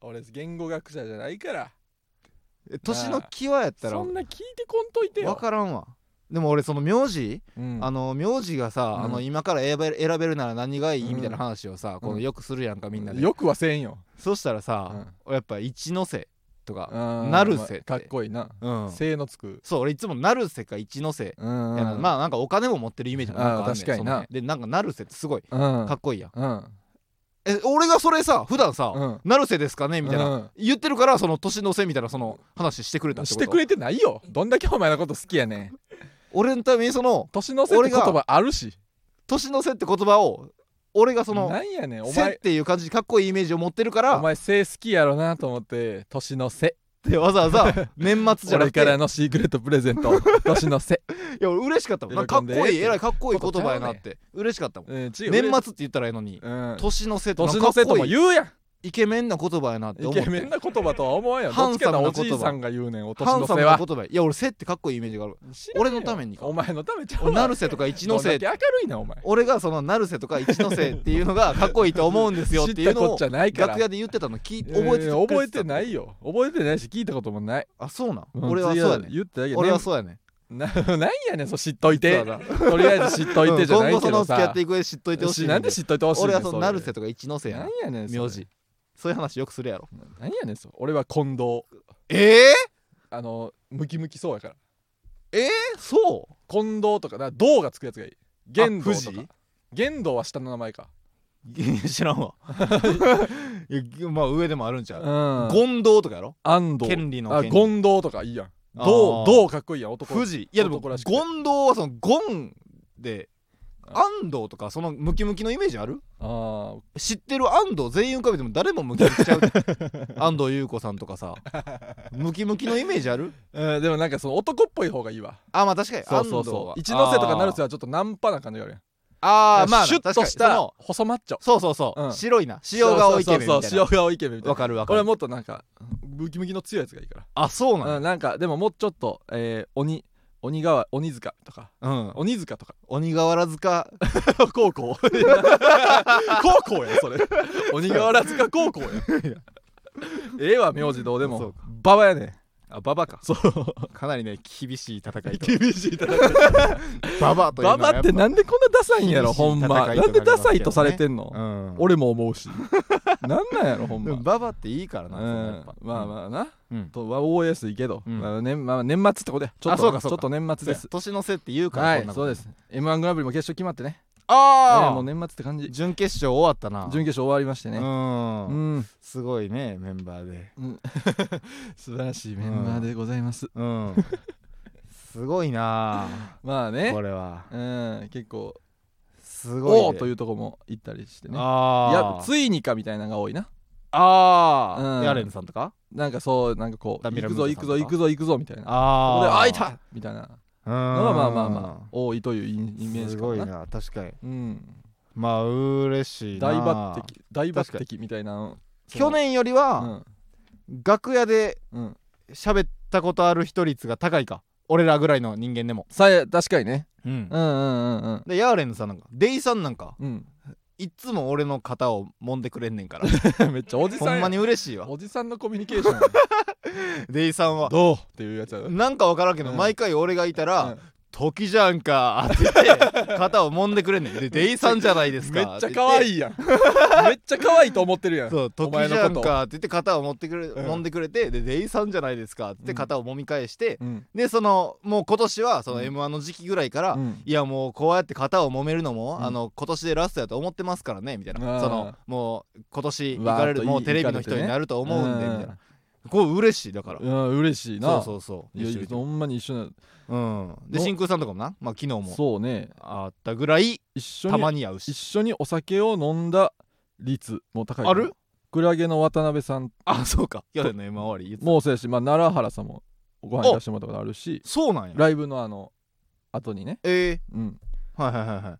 Speaker 2: 俺言語学者じゃないから
Speaker 1: え年の際やったら
Speaker 2: そんな聞いてこんといてよ
Speaker 1: 分からんわでも俺その名字、
Speaker 2: うん
Speaker 1: あの名字がさ、
Speaker 2: うん
Speaker 1: あの今から選べる選べるなら何がいいみたいな
Speaker 2: うん
Speaker 1: 話をさ、この
Speaker 2: うん
Speaker 1: よくするやんかみんなで、
Speaker 2: よくはせんよ
Speaker 1: そしたらさ、やっぱ一ノ瀬とか、な
Speaker 2: な
Speaker 1: るせって
Speaker 2: かっこいいな
Speaker 1: うん
Speaker 2: せのつく
Speaker 1: そう俺いつも成瀬か一ノ瀬
Speaker 2: う
Speaker 1: や
Speaker 2: ん
Speaker 1: なまあなんかお金も持ってるイメージもなんかあんねん
Speaker 2: あー確かにな
Speaker 1: その辺でなんか成瀬ってすごい
Speaker 2: うん
Speaker 1: かっこいいやん、
Speaker 2: うん
Speaker 1: え俺がそれさ普段さ、
Speaker 2: うん
Speaker 1: 成瀬ですかねみたいな、
Speaker 2: うん
Speaker 1: 言ってるからその年の瀬みたいなその話してくれたって
Speaker 2: し
Speaker 1: こと
Speaker 2: てくれてないよどんだけお前のこと好きやねん
Speaker 1: 俺のためにその
Speaker 2: 年の瀬って言
Speaker 1: 俺
Speaker 2: 葉あるし
Speaker 1: 年の瀬って言葉を俺がその
Speaker 2: なんやねんお
Speaker 1: せっ
Speaker 2: 前
Speaker 1: ていう感じでかっこいいイメージを持ってるか
Speaker 2: お
Speaker 1: ら
Speaker 2: 前せ好きやろなと思って年の瀬
Speaker 1: でわざわ ざ年末じゃな
Speaker 2: 俺
Speaker 1: く
Speaker 2: か
Speaker 1: て
Speaker 2: らのシークレットプレゼント 年の瀬
Speaker 1: いや俺嬉しかったもんなんかか
Speaker 2: 喜ん
Speaker 1: っ
Speaker 2: で
Speaker 1: こい
Speaker 2: っ
Speaker 1: い
Speaker 2: て
Speaker 1: えらいかっこいい言葉やなっ
Speaker 2: こと
Speaker 1: て嬉しかったもん
Speaker 2: うん違う
Speaker 1: 年末って言ったらええのに
Speaker 2: うん
Speaker 1: 年の瀬ってなんか
Speaker 2: 年の
Speaker 1: か
Speaker 2: 瀬
Speaker 1: っ
Speaker 2: と
Speaker 1: こ
Speaker 2: も
Speaker 1: いい
Speaker 2: 言うやん
Speaker 1: イケメンな言葉やなって
Speaker 2: イ
Speaker 1: 思っ
Speaker 2: ケメン
Speaker 1: て
Speaker 2: な言葉とは思わんよど
Speaker 1: ハ
Speaker 2: っ
Speaker 1: ン
Speaker 2: ち
Speaker 1: サ
Speaker 2: か
Speaker 1: ム
Speaker 2: な
Speaker 1: な
Speaker 2: お
Speaker 1: 言葉
Speaker 2: じいさんが言うねんお年
Speaker 1: ハン
Speaker 2: の
Speaker 1: サ
Speaker 2: 瀬
Speaker 1: ムな
Speaker 2: は
Speaker 1: 言葉いや俺瀬ってかっこいいイメージがある
Speaker 2: 知らんよ
Speaker 1: 俺のためにか
Speaker 2: お前のためちゃう
Speaker 1: 俺
Speaker 2: わ
Speaker 1: 成瀬とか一
Speaker 2: ど
Speaker 1: ノ
Speaker 2: んだ
Speaker 1: 瀬
Speaker 2: け明るいなお前
Speaker 1: 俺がその成瀬とか一ノ瀬っていうのがかっこいいと思うんですよっていう
Speaker 2: 知った
Speaker 1: の
Speaker 2: こ
Speaker 1: を
Speaker 2: っちゃないから
Speaker 1: 楽屋で言ってたの聞いて
Speaker 2: えー
Speaker 1: 覚えててく
Speaker 2: 覚
Speaker 1: れ
Speaker 2: えて
Speaker 1: た
Speaker 2: ないよ覚えてないし聞いたこともない
Speaker 1: あそうなん
Speaker 2: うん
Speaker 1: 俺はそうやね
Speaker 2: 言ってたけど
Speaker 1: 俺はそうやね
Speaker 2: ななんやねんそう 知っといて
Speaker 1: そうやな
Speaker 2: とりあえず知っといてじゃ
Speaker 1: 今
Speaker 2: ない
Speaker 1: 後
Speaker 2: け
Speaker 1: その
Speaker 2: ど
Speaker 1: 付き合
Speaker 2: さ
Speaker 1: っていく上で知っといてほしいねん
Speaker 2: なんで知っといてほしいねん
Speaker 1: 俺はその成瀬
Speaker 2: れ
Speaker 1: とか一ノ瀬や
Speaker 2: なん
Speaker 1: な
Speaker 2: やねんそれ
Speaker 1: 名字そういう話よくするやろ
Speaker 2: なんやねんそれ俺は近藤
Speaker 1: ええ
Speaker 2: あのムキムキそうやから
Speaker 1: そう
Speaker 2: 近藤とかな銅がつくやつがいい玄道と
Speaker 1: 藤
Speaker 2: か玄道は下の名前か
Speaker 1: 知らん わいやまあ上でもあるんちゃう、
Speaker 2: ん
Speaker 1: 権藤とかやろ
Speaker 2: 安藤
Speaker 1: 権利の
Speaker 2: あ
Speaker 1: 権
Speaker 2: 権藤とかいいやん
Speaker 1: あー
Speaker 2: 銅銅かっこいいやん男
Speaker 1: 富士いやでも
Speaker 2: 男
Speaker 1: 権
Speaker 2: らし
Speaker 1: 藤
Speaker 2: くて
Speaker 1: はその権で安藤とかそのムキムキのイメージある
Speaker 2: あ
Speaker 1: 知ってる安藤全員浮かべても誰もムキム キちゃうで安藤優子さんとかさムキムキのイメージある
Speaker 2: あでもなんかその男っぽい方がいいわ
Speaker 1: あまあ確かに
Speaker 2: そうそう
Speaker 1: 安藤
Speaker 2: そ
Speaker 1: は
Speaker 2: う一ノ瀬とか成瀬はちょっとナンパな感じがあるやん
Speaker 1: あーあーまあな
Speaker 2: シュッとし
Speaker 1: 確かにそ
Speaker 2: た
Speaker 1: の
Speaker 2: 細マッチョ
Speaker 1: そうそうそう、
Speaker 2: うん
Speaker 1: 白いな塩顔イケメンみたいな
Speaker 2: そうそうそう塩顔イケメンみたい
Speaker 1: わ
Speaker 2: な
Speaker 1: かるわか
Speaker 2: 俺
Speaker 1: る
Speaker 2: はもっとなんかムキムキの強いやつがいいか
Speaker 1: あそう
Speaker 2: ら、
Speaker 1: な
Speaker 2: うんん、なんかでももうちょっと、えー、鬼鬼川鬼塚とか
Speaker 1: だうん
Speaker 2: 鬼塚とか
Speaker 1: 鬼瓦塚
Speaker 2: 高校高校や それ鬼瓦塚高校やええわ名字どうで
Speaker 1: そ
Speaker 2: も
Speaker 1: うか
Speaker 2: ババやねん
Speaker 1: あババか
Speaker 2: そう
Speaker 1: かなりね厳しい戦いと
Speaker 2: 厳しい戦い
Speaker 1: ババというの
Speaker 2: バ
Speaker 1: は
Speaker 2: バってなんでこんなダサいんやろほん ま
Speaker 1: 厳しい戦いとなりますけどね
Speaker 2: なんでダサいとされてんの、
Speaker 1: うん
Speaker 2: 俺も思 うしなんなんやろほん
Speaker 1: でも
Speaker 2: ま
Speaker 1: ババっていいからな、
Speaker 2: う
Speaker 1: や
Speaker 2: ん
Speaker 1: っぱ
Speaker 2: まあまあな、
Speaker 1: うん
Speaker 2: とは覚えやすいけど、
Speaker 1: うん
Speaker 2: まあ年まあ、年末ってことやちょ
Speaker 1: あ
Speaker 2: っ
Speaker 1: そうか
Speaker 2: とね
Speaker 1: そう
Speaker 2: ちょ
Speaker 1: か
Speaker 2: っと年末
Speaker 1: で
Speaker 2: です
Speaker 1: す年の瀬って言うから、
Speaker 2: は
Speaker 1: こん
Speaker 2: い
Speaker 1: なこ
Speaker 2: そ
Speaker 1: と
Speaker 2: うです。m 1グランプリも決勝決まってね、え
Speaker 1: ああ、
Speaker 2: ーもう年末って感じ
Speaker 1: 準決勝終わったな
Speaker 2: 準決勝終わりまして
Speaker 1: う、
Speaker 2: ねうんん、
Speaker 1: すごいねメンバーで
Speaker 2: 素晴らしいメンバーでございます、
Speaker 1: うん すごいな
Speaker 2: まあ
Speaker 1: あ
Speaker 2: ね
Speaker 1: これは
Speaker 2: うん結構
Speaker 1: すごい
Speaker 2: おおーといううとこも行ったりしてねい
Speaker 1: あ
Speaker 2: や
Speaker 1: ー
Speaker 2: ついにかみたいなのが多いな
Speaker 1: あー、
Speaker 2: うん
Speaker 1: ヤレンさんとか
Speaker 2: なんかそうなんかこう
Speaker 1: ダミ
Speaker 2: 行
Speaker 1: ラ
Speaker 2: く
Speaker 1: ムー
Speaker 2: ぞ
Speaker 1: タ
Speaker 2: 行くぞ
Speaker 1: さんと
Speaker 2: 行
Speaker 1: か
Speaker 2: くぞ行くぞみたいな
Speaker 1: あ
Speaker 2: ここ
Speaker 1: あ
Speaker 2: であいたみたいな
Speaker 1: うん
Speaker 2: のがまあまあまあ多いというインイメージ
Speaker 1: す
Speaker 2: か
Speaker 1: ごい
Speaker 2: な
Speaker 1: な確かに
Speaker 2: うん
Speaker 1: まあ嬉しいな
Speaker 2: 大抜擢大抜擢みたいな
Speaker 1: 去年よりは、
Speaker 2: うん
Speaker 1: 楽屋で
Speaker 2: うん
Speaker 1: 喋ったことある人率が高いか俺らぐらいの人間でも
Speaker 2: さえ確かにねうん
Speaker 3: うんうんうんうん
Speaker 1: でヤーレンズさんなんかデイさんなんか
Speaker 2: うん
Speaker 1: いっつも俺の肩を揉んでくれんねんから
Speaker 2: めっちゃおじさん
Speaker 1: ほ
Speaker 2: や
Speaker 1: んまに嬉しいわ
Speaker 2: おじさんのコミュニケーションや
Speaker 1: デイさんは
Speaker 2: どうっていうやつやな
Speaker 1: なんかわからんけど、
Speaker 2: うん
Speaker 1: 毎回俺がいたら
Speaker 2: うん
Speaker 1: 「時じゃんか」って言って肩を揉んでくれんねんで「デイさんじゃないです
Speaker 2: めっ
Speaker 1: か」
Speaker 2: ちゃ可愛
Speaker 1: い
Speaker 2: いやんめっちゃ可愛いと思ってるやん
Speaker 1: そう「
Speaker 2: お
Speaker 1: 時
Speaker 2: 前
Speaker 1: じ
Speaker 2: の
Speaker 1: ゃ
Speaker 2: こ
Speaker 1: ん
Speaker 2: と
Speaker 1: か」って言って肩を持ってくれ、
Speaker 2: ん
Speaker 1: 揉んでくれてで「デイさんじゃないですか」って言って肩を揉み返して、
Speaker 2: うん
Speaker 1: でそのもう今年はその
Speaker 2: うん
Speaker 1: m 1の時期ぐらいから、
Speaker 2: うん
Speaker 1: いやもうこうやって肩を揉めるのも、
Speaker 2: うん
Speaker 1: あの今年でラストやと思ってますからねみたい
Speaker 2: あ
Speaker 1: な
Speaker 2: ー
Speaker 1: そのもう今年行
Speaker 2: わー
Speaker 1: かれ
Speaker 2: っと
Speaker 1: る
Speaker 2: いい
Speaker 1: もうテレビの
Speaker 2: 行かれて
Speaker 1: 人
Speaker 2: ね
Speaker 1: になると思うんでみたいなこう嬉しいだから、
Speaker 2: うんうん嬉しい
Speaker 1: そ
Speaker 2: な
Speaker 1: うそうそう
Speaker 2: いや
Speaker 1: 一緒に
Speaker 2: ほんまに一緒な
Speaker 1: うんで
Speaker 2: の
Speaker 1: 真空さんとかもな、まあ、昨日も
Speaker 2: そうね
Speaker 1: あったぐらい
Speaker 2: 一緒
Speaker 1: た
Speaker 2: に
Speaker 1: まに会うし
Speaker 2: 一緒にお酒を飲んだ率も高いかな
Speaker 1: ある
Speaker 2: クラゲの渡辺さん
Speaker 1: あそうか夜の M 終わり言ってた
Speaker 2: もそうやし、まあ、奈良原さんもご飯行かしてもらったことあるし
Speaker 1: そうなんや
Speaker 2: ライブのあの後にね、
Speaker 1: え
Speaker 2: うん、
Speaker 1: ー、はいはいはいはい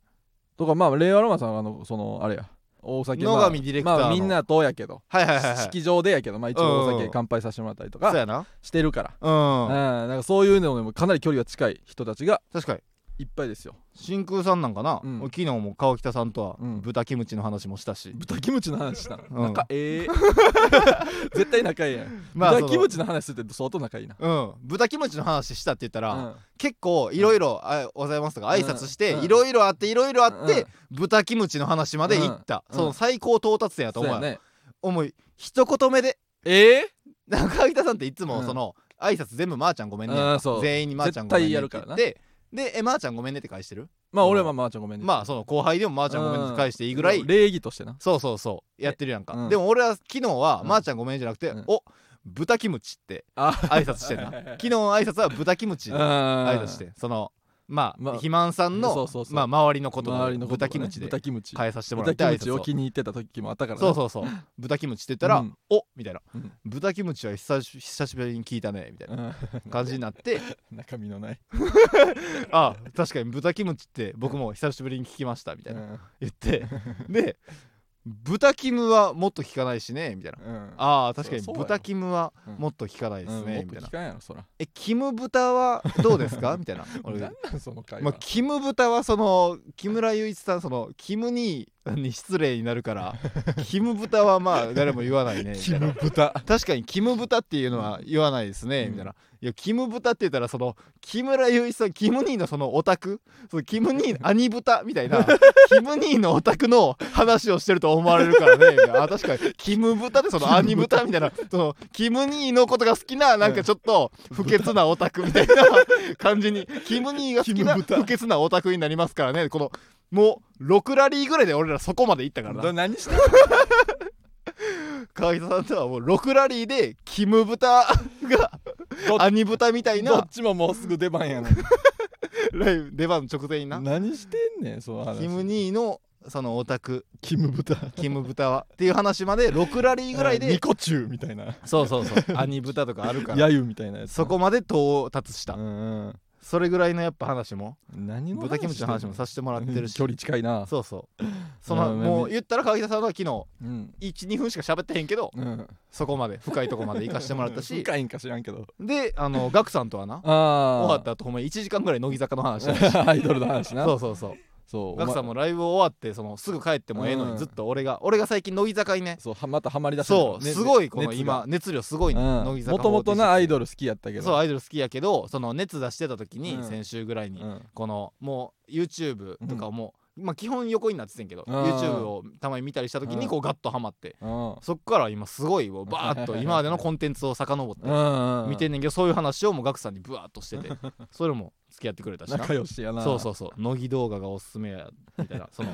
Speaker 2: とかまあ令和ロマンさんはあのそのあれや大酒まあ
Speaker 1: 野上ディレクターの
Speaker 2: まあみんなとやけど
Speaker 1: はいはいはいはい
Speaker 2: 式場でやけどまあ一応お
Speaker 1: うんう
Speaker 2: 酒
Speaker 1: ん
Speaker 2: 乾杯させてもらったりと
Speaker 1: そう
Speaker 2: か
Speaker 1: やな
Speaker 2: してるからうん
Speaker 1: うん
Speaker 2: なんかそういうのでもかなり距離が近い人たちが
Speaker 1: 確かに
Speaker 2: いっぱいですよ
Speaker 1: 真空さんなんかな、
Speaker 2: うん
Speaker 1: 昨日も川北さんとは
Speaker 2: うん
Speaker 1: 豚キムチの話もしたし、
Speaker 2: 豚キムチの話したの、
Speaker 1: うん
Speaker 2: 仲ええ 絶対仲ええやん、豚キムチの話するって相当仲いいな
Speaker 1: うん、豚キムチの話したって言ったら、
Speaker 2: うん
Speaker 1: 結構いろいろ「あおはようございます」とか挨拶して
Speaker 2: うん
Speaker 1: いろいろあっていろいろあって、
Speaker 2: うん
Speaker 1: 豚キムチの話まで行った、
Speaker 2: うん
Speaker 1: その最高到達点やと
Speaker 2: そう
Speaker 1: 思う,、
Speaker 2: やね
Speaker 1: 思い一言目で
Speaker 2: ええ
Speaker 1: なんか秋田さんっていつも
Speaker 2: うん
Speaker 1: その、挨拶全部「まーちゃんごめんね
Speaker 2: うんそ」う
Speaker 1: 全員に「まーちゃんごめんね」って言
Speaker 2: 絶対やるからな
Speaker 1: ってで「えまーちゃんごめんね」って返してる
Speaker 2: まあ俺はまあちゃんごめんね
Speaker 1: まあその後輩でも「まーちゃんごめんね」って返していいぐらい、
Speaker 2: 礼儀としてな
Speaker 1: そうそうそうやってるやんか、
Speaker 2: うん
Speaker 1: でも俺は昨日は「
Speaker 2: うん
Speaker 1: まーちゃんごめん」じゃなくて「
Speaker 2: うん
Speaker 1: お豚キムチ」って
Speaker 2: あ
Speaker 1: 挨拶 してんな
Speaker 2: はいはいはい
Speaker 1: 昨日の挨拶は豚キムチ
Speaker 2: 挨
Speaker 1: 挨拶してそのまあ、
Speaker 2: まあ
Speaker 1: 肥満さんの
Speaker 2: そうそうそう
Speaker 1: まあ、周りのこと
Speaker 2: 周りのこと
Speaker 1: 豚キムチで
Speaker 2: 豚キムチ
Speaker 1: 変えさせてもらっ
Speaker 2: 豚
Speaker 1: て挨
Speaker 2: キムチ
Speaker 1: 拶
Speaker 2: を
Speaker 1: を
Speaker 2: 気に入ってた時もあったから
Speaker 1: そう
Speaker 2: う
Speaker 1: そうそう豚キムチって言ったら「
Speaker 2: うん
Speaker 1: おみたいな、
Speaker 2: うん
Speaker 1: 豚キムチは久し久しぶりに聞いたね」みたいな感じになって
Speaker 2: 中身のない
Speaker 1: あ確かに豚キムチって僕も久しぶりに聞きましたみたいな、言ってで豚キムはもっと聞かないしねみたいな
Speaker 2: あ
Speaker 1: あー確かに
Speaker 2: そうやろ
Speaker 1: 豚キムは
Speaker 2: うん
Speaker 1: もっと聞かない
Speaker 2: で
Speaker 1: です
Speaker 2: す
Speaker 1: ね、
Speaker 2: ね
Speaker 1: みたいな
Speaker 2: 聞かんやろそら
Speaker 1: えキム豚はどうですかみたいな俺
Speaker 2: なんなんその会
Speaker 1: まあ
Speaker 2: 話、
Speaker 1: キム豚はその木村雄一さんそのキム兄に失礼になるからキム豚はまあ誰も言わないねみ
Speaker 2: キ
Speaker 1: たいな
Speaker 2: ム豚
Speaker 1: 確かにキム豚っていうのは言わないですね、
Speaker 2: うん
Speaker 1: みたいないやキム豚って言ったらその木村雄一さんキム兄のそのオタクそのキム兄兄豚みたい なキム兄のオタクの話をしてると思われるからねみたいなあ確かにキム豚でその兄豚みたいなそのキム兄のことが好きななんかちょっと不潔なオタクみたいな感じにキム兄が好きな
Speaker 2: キム豚
Speaker 1: 不潔なオタクになりますからねこのもう6ラリーぐらいで俺らそこまで行ったからな
Speaker 2: だ何してん
Speaker 1: 川北さんとはもう6ラリーでキム豚が
Speaker 2: ど
Speaker 1: アニ豚みたい
Speaker 2: のど
Speaker 1: な
Speaker 2: っちももうすぐ出番やな
Speaker 1: ライブ出番直前にな
Speaker 2: 何してんねんその話
Speaker 1: キム兄のそのオタク
Speaker 2: キム豚
Speaker 1: キム豚はっていう話まで6ラリーぐらい
Speaker 2: ニ
Speaker 1: で
Speaker 2: コチュウみたいな
Speaker 1: そうそうそうアニ豚とかあるから
Speaker 2: やゆみたいなやつ
Speaker 1: そこまで到達し
Speaker 2: う
Speaker 1: た
Speaker 2: んうん
Speaker 1: それぐらいのやっぱ話も
Speaker 2: 何の
Speaker 1: 豚キムチの話もさ
Speaker 2: せ
Speaker 1: せてもらってるし
Speaker 2: 距離近いな
Speaker 1: そうそうその
Speaker 2: うん
Speaker 1: もう言ったら川北さんは昨日
Speaker 2: うん
Speaker 1: 12分しか喋ってへんけど
Speaker 2: うん
Speaker 1: そこまで深いとこまで行かしてもらったし
Speaker 2: 深いんか知らんけど
Speaker 1: であのガクさんとはな
Speaker 2: ああ
Speaker 1: 終わった後ほんま1時間ぐらい乃木坂の話したし
Speaker 2: アイドルの話な
Speaker 1: そうそうそう
Speaker 2: そう
Speaker 1: ガクさんもライブ終わってそのすぐ帰ってもええの
Speaker 2: う
Speaker 1: に
Speaker 2: ん
Speaker 1: ずっと俺が俺が最近乃木坂にね
Speaker 2: そうはまたハマりだした
Speaker 1: そうすごいこの
Speaker 2: 熱が
Speaker 1: 今熱量すごいね乃木
Speaker 2: も
Speaker 1: 坂
Speaker 2: ともとなアイ
Speaker 1: ド
Speaker 2: ドル好きやったけど
Speaker 1: そうアイドル好きやけどその熱出してた時に
Speaker 2: うん
Speaker 1: 先週ぐらいに
Speaker 2: うん
Speaker 1: このもう YouTube とかもまあ基本横になっててんけど
Speaker 2: うん
Speaker 1: YouTube をたまに見たりした時にこうガッとハマって
Speaker 2: うん
Speaker 1: そっから今すごいもうバーッ と今までのコンテンツを遡って
Speaker 2: うんうん
Speaker 1: 見てんねんけどそういう話をもうガクさんにブワーッとしててそれも付き合ってくれたしな
Speaker 2: 仲良しやな
Speaker 1: そうそうそう乃木動画がおすすめやみたいな その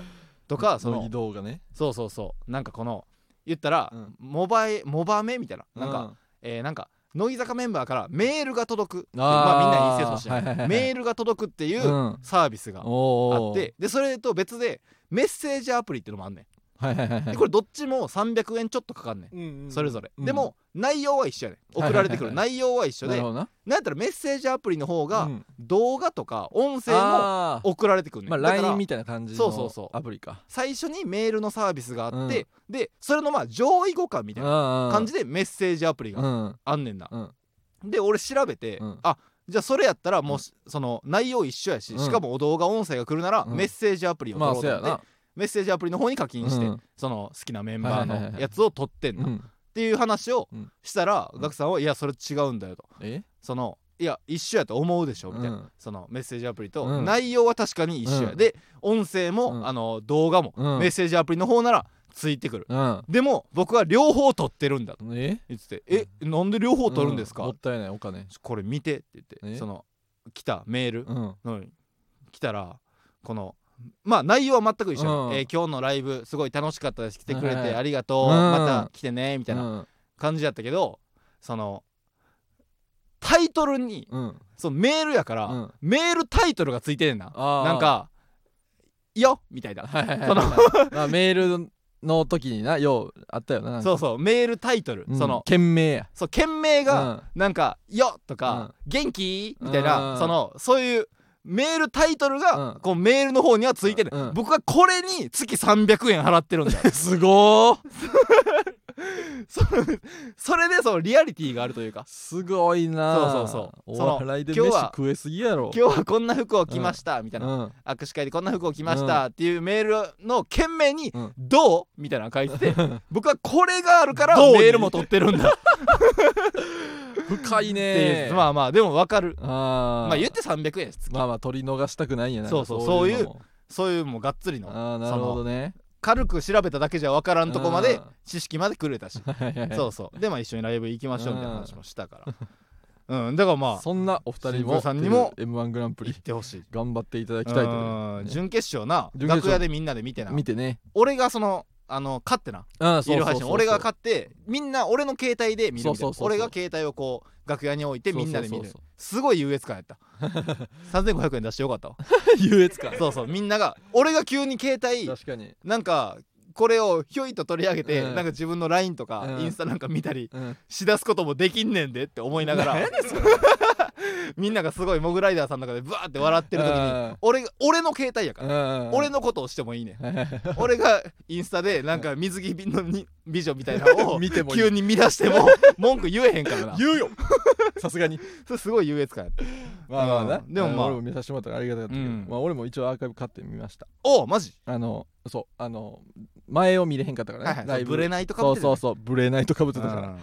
Speaker 1: とかそ
Speaker 2: 乃
Speaker 1: の
Speaker 2: 木動画ね
Speaker 1: そうそうそうなんかこの言ったら、
Speaker 2: うん
Speaker 1: モバイモバメみたいななんか、えーなんか乃木坂メンバーからメールが届くっていうまあみんなに言いそうし
Speaker 2: はいはいはい
Speaker 1: メールが届くっていううんサービスがあ
Speaker 2: おーお
Speaker 1: っ
Speaker 2: ー
Speaker 1: てでそれと別でメッセージアプリっていうのもあんね
Speaker 2: はいはいはい
Speaker 1: ん
Speaker 2: は
Speaker 1: で
Speaker 2: い
Speaker 1: これどっちも300円ちょっとかかんねんそれぞれ、でも内容は一緒やねん送られてくる
Speaker 2: はいは
Speaker 1: 内容は一緒
Speaker 2: な
Speaker 1: で、
Speaker 2: るほどな
Speaker 1: なんやったらメッセージアプリの方が
Speaker 2: うん
Speaker 1: 動画とか音声も
Speaker 2: あー
Speaker 1: 送られてくるね
Speaker 2: まあ
Speaker 1: ん、だから
Speaker 2: LINE みたいな感じ
Speaker 1: そうそうそ
Speaker 2: の
Speaker 1: う
Speaker 2: アプリか
Speaker 1: 最初にメールのサービスがあって、でそれのまあ上位互換みたいな
Speaker 2: 感
Speaker 1: 感じでメッセージアプリ
Speaker 2: う
Speaker 1: が
Speaker 2: ん
Speaker 1: あんねんな、
Speaker 2: うん
Speaker 1: で俺調べて、
Speaker 2: うん
Speaker 1: あじゃあそれやったらもう、
Speaker 2: うん
Speaker 1: その内容一緒やし、
Speaker 2: うん
Speaker 1: しかもお動画音声が来るなら、
Speaker 2: うん
Speaker 1: メッセージアプリを取
Speaker 2: ま
Speaker 1: ろう
Speaker 2: あ
Speaker 1: と
Speaker 2: そう
Speaker 1: 思っ
Speaker 2: や
Speaker 1: て、
Speaker 2: な
Speaker 1: メッセージアプリの方に課金して、
Speaker 2: うん
Speaker 1: その好きなメンバー
Speaker 2: はいはいはいは
Speaker 1: の
Speaker 2: い
Speaker 1: やつを取ってんな、
Speaker 2: う
Speaker 1: っ
Speaker 2: ん
Speaker 1: ていう話を
Speaker 2: うん
Speaker 1: したら、
Speaker 2: うん
Speaker 1: ガクさんはいやそれ違うんだよと
Speaker 2: え
Speaker 1: そのいや一緒やと思うでしょみたいな、
Speaker 2: うん
Speaker 1: そのメッセージアプリと、
Speaker 2: うん
Speaker 1: 内容は確かに一緒や、
Speaker 2: うん
Speaker 1: で音声も、
Speaker 2: うん
Speaker 1: あの動画も、
Speaker 2: うん
Speaker 1: メッセージアプリの方ならついてくる
Speaker 2: うん
Speaker 1: でも僕は両方取ってるんだと
Speaker 2: え
Speaker 1: 言ってて「えなんで両方取るんですか
Speaker 2: もったいないお金
Speaker 1: これ見て」って言って
Speaker 2: え
Speaker 1: その来たメール
Speaker 2: うん
Speaker 1: の来たらこのまあ内容は全く一緒、
Speaker 2: うん
Speaker 1: えー今日のライブすごい楽しかったです来てくれ
Speaker 2: はい
Speaker 1: てありがとう、
Speaker 2: うん
Speaker 1: また来てねみたいな
Speaker 2: な
Speaker 1: 感じやったけどそのタイトルに
Speaker 2: うん
Speaker 1: そのメールやから、
Speaker 2: うん
Speaker 1: メールタイトルがついてんねんな
Speaker 2: あー
Speaker 1: なんか「いいよ」みたいな
Speaker 2: はいはいはい
Speaker 1: その
Speaker 2: まあメールの時になようあったよななんか
Speaker 1: そうそうメールタイトル、
Speaker 2: うん
Speaker 1: その
Speaker 2: 件名や
Speaker 1: そう件名が、なんか「よ」とか「元気?」みたいな、
Speaker 2: うん
Speaker 1: そのそういうメールタイトルが、
Speaker 2: うん
Speaker 1: こうメールの方にはついてる、
Speaker 2: うん
Speaker 1: 僕はこれに月300円払ってるんだよ
Speaker 2: すごー
Speaker 1: そそれでそのリアリティがあるというか
Speaker 2: すごいな
Speaker 1: そうそうそう
Speaker 2: お笑いで飯食えすぎやろ
Speaker 1: 今日はこんな服を着ました、みたいな、
Speaker 2: うん
Speaker 1: 握手会でこんな服を着ましたっていうメールの件名に
Speaker 2: うん
Speaker 1: 「どう?」みたいなの書い てて僕はこれがあるから
Speaker 2: どうに
Speaker 1: メールも取ってるんだっ
Speaker 2: 深い
Speaker 1: ていう、
Speaker 2: ね
Speaker 1: まあまあでも分かる
Speaker 2: あー
Speaker 1: まあ言って300円です月
Speaker 2: まあまあ取り逃したくないんやな
Speaker 1: そうそう
Speaker 2: のも
Speaker 1: そういうもうがっつりの
Speaker 2: ああなるほどね
Speaker 1: 軽く調べただけじゃ分からんとこま
Speaker 2: う
Speaker 1: で
Speaker 2: ん
Speaker 1: 知識までくれたし
Speaker 2: はいはいはい
Speaker 1: そうそうでまあ一緒にライブ行きましょうみたいな話もした からうんだからまあ
Speaker 2: そんなお二人
Speaker 1: 新
Speaker 2: も
Speaker 1: 宮さんにも
Speaker 2: m 1グランプ
Speaker 1: 行
Speaker 2: リ
Speaker 1: ってほしい
Speaker 2: 頑張っていただきたいという
Speaker 1: うん準決勝な
Speaker 2: 準決勝
Speaker 1: 楽屋でみんなで見てな
Speaker 2: 見てね
Speaker 1: 俺がそのあの勝ってな
Speaker 2: うん
Speaker 1: い
Speaker 2: そう
Speaker 1: る
Speaker 2: そう
Speaker 1: 配
Speaker 2: そう
Speaker 1: 信
Speaker 2: そう
Speaker 1: 俺が勝ってみんな俺の携帯で見るみた
Speaker 2: そ
Speaker 1: いう
Speaker 2: そうそう
Speaker 1: な
Speaker 2: そう
Speaker 1: 俺が携帯をこう楽屋に置いてみんなで見
Speaker 2: そう
Speaker 1: る
Speaker 2: そう
Speaker 1: すごい優越感やった 3500円出してよかったわ
Speaker 2: 優越感
Speaker 1: そうそうみんなが俺が急に携帯
Speaker 2: 確かに
Speaker 1: なんかこれをひょいと取り上げて、
Speaker 2: うん
Speaker 1: なんか自分の LINE とか、
Speaker 2: うん
Speaker 1: インスタなんか見たり
Speaker 2: うん
Speaker 1: しだすこともできんねんでって思いながら みんながすごいモグライダーさんの中でブワーって笑ってる時
Speaker 2: う
Speaker 1: に
Speaker 2: ん
Speaker 1: 俺が俺の携帯やから、俺
Speaker 2: 俺
Speaker 1: のことをしてもいいねん俺がインスタでなんか水着のに美女みたいなのを
Speaker 2: 見てもいい
Speaker 1: 急に見出して も文句言えへんからな
Speaker 2: 言うよさすがに
Speaker 1: それすごい優越感やった
Speaker 2: まあまあな
Speaker 1: うんでもまあ
Speaker 2: 俺も見させてもらったからありがたかったけど
Speaker 1: うん
Speaker 2: まあ俺も一応アーカイブ買ってみました
Speaker 1: おおマジ
Speaker 2: あのそうあの前を見れへんかったから
Speaker 1: はいは
Speaker 2: ね
Speaker 1: い
Speaker 2: ライブ
Speaker 1: ブレないとか
Speaker 2: そ
Speaker 1: ぶっ
Speaker 2: う
Speaker 1: て
Speaker 2: そうそうブレないとかぶって
Speaker 1: た
Speaker 2: た
Speaker 1: ね
Speaker 2: から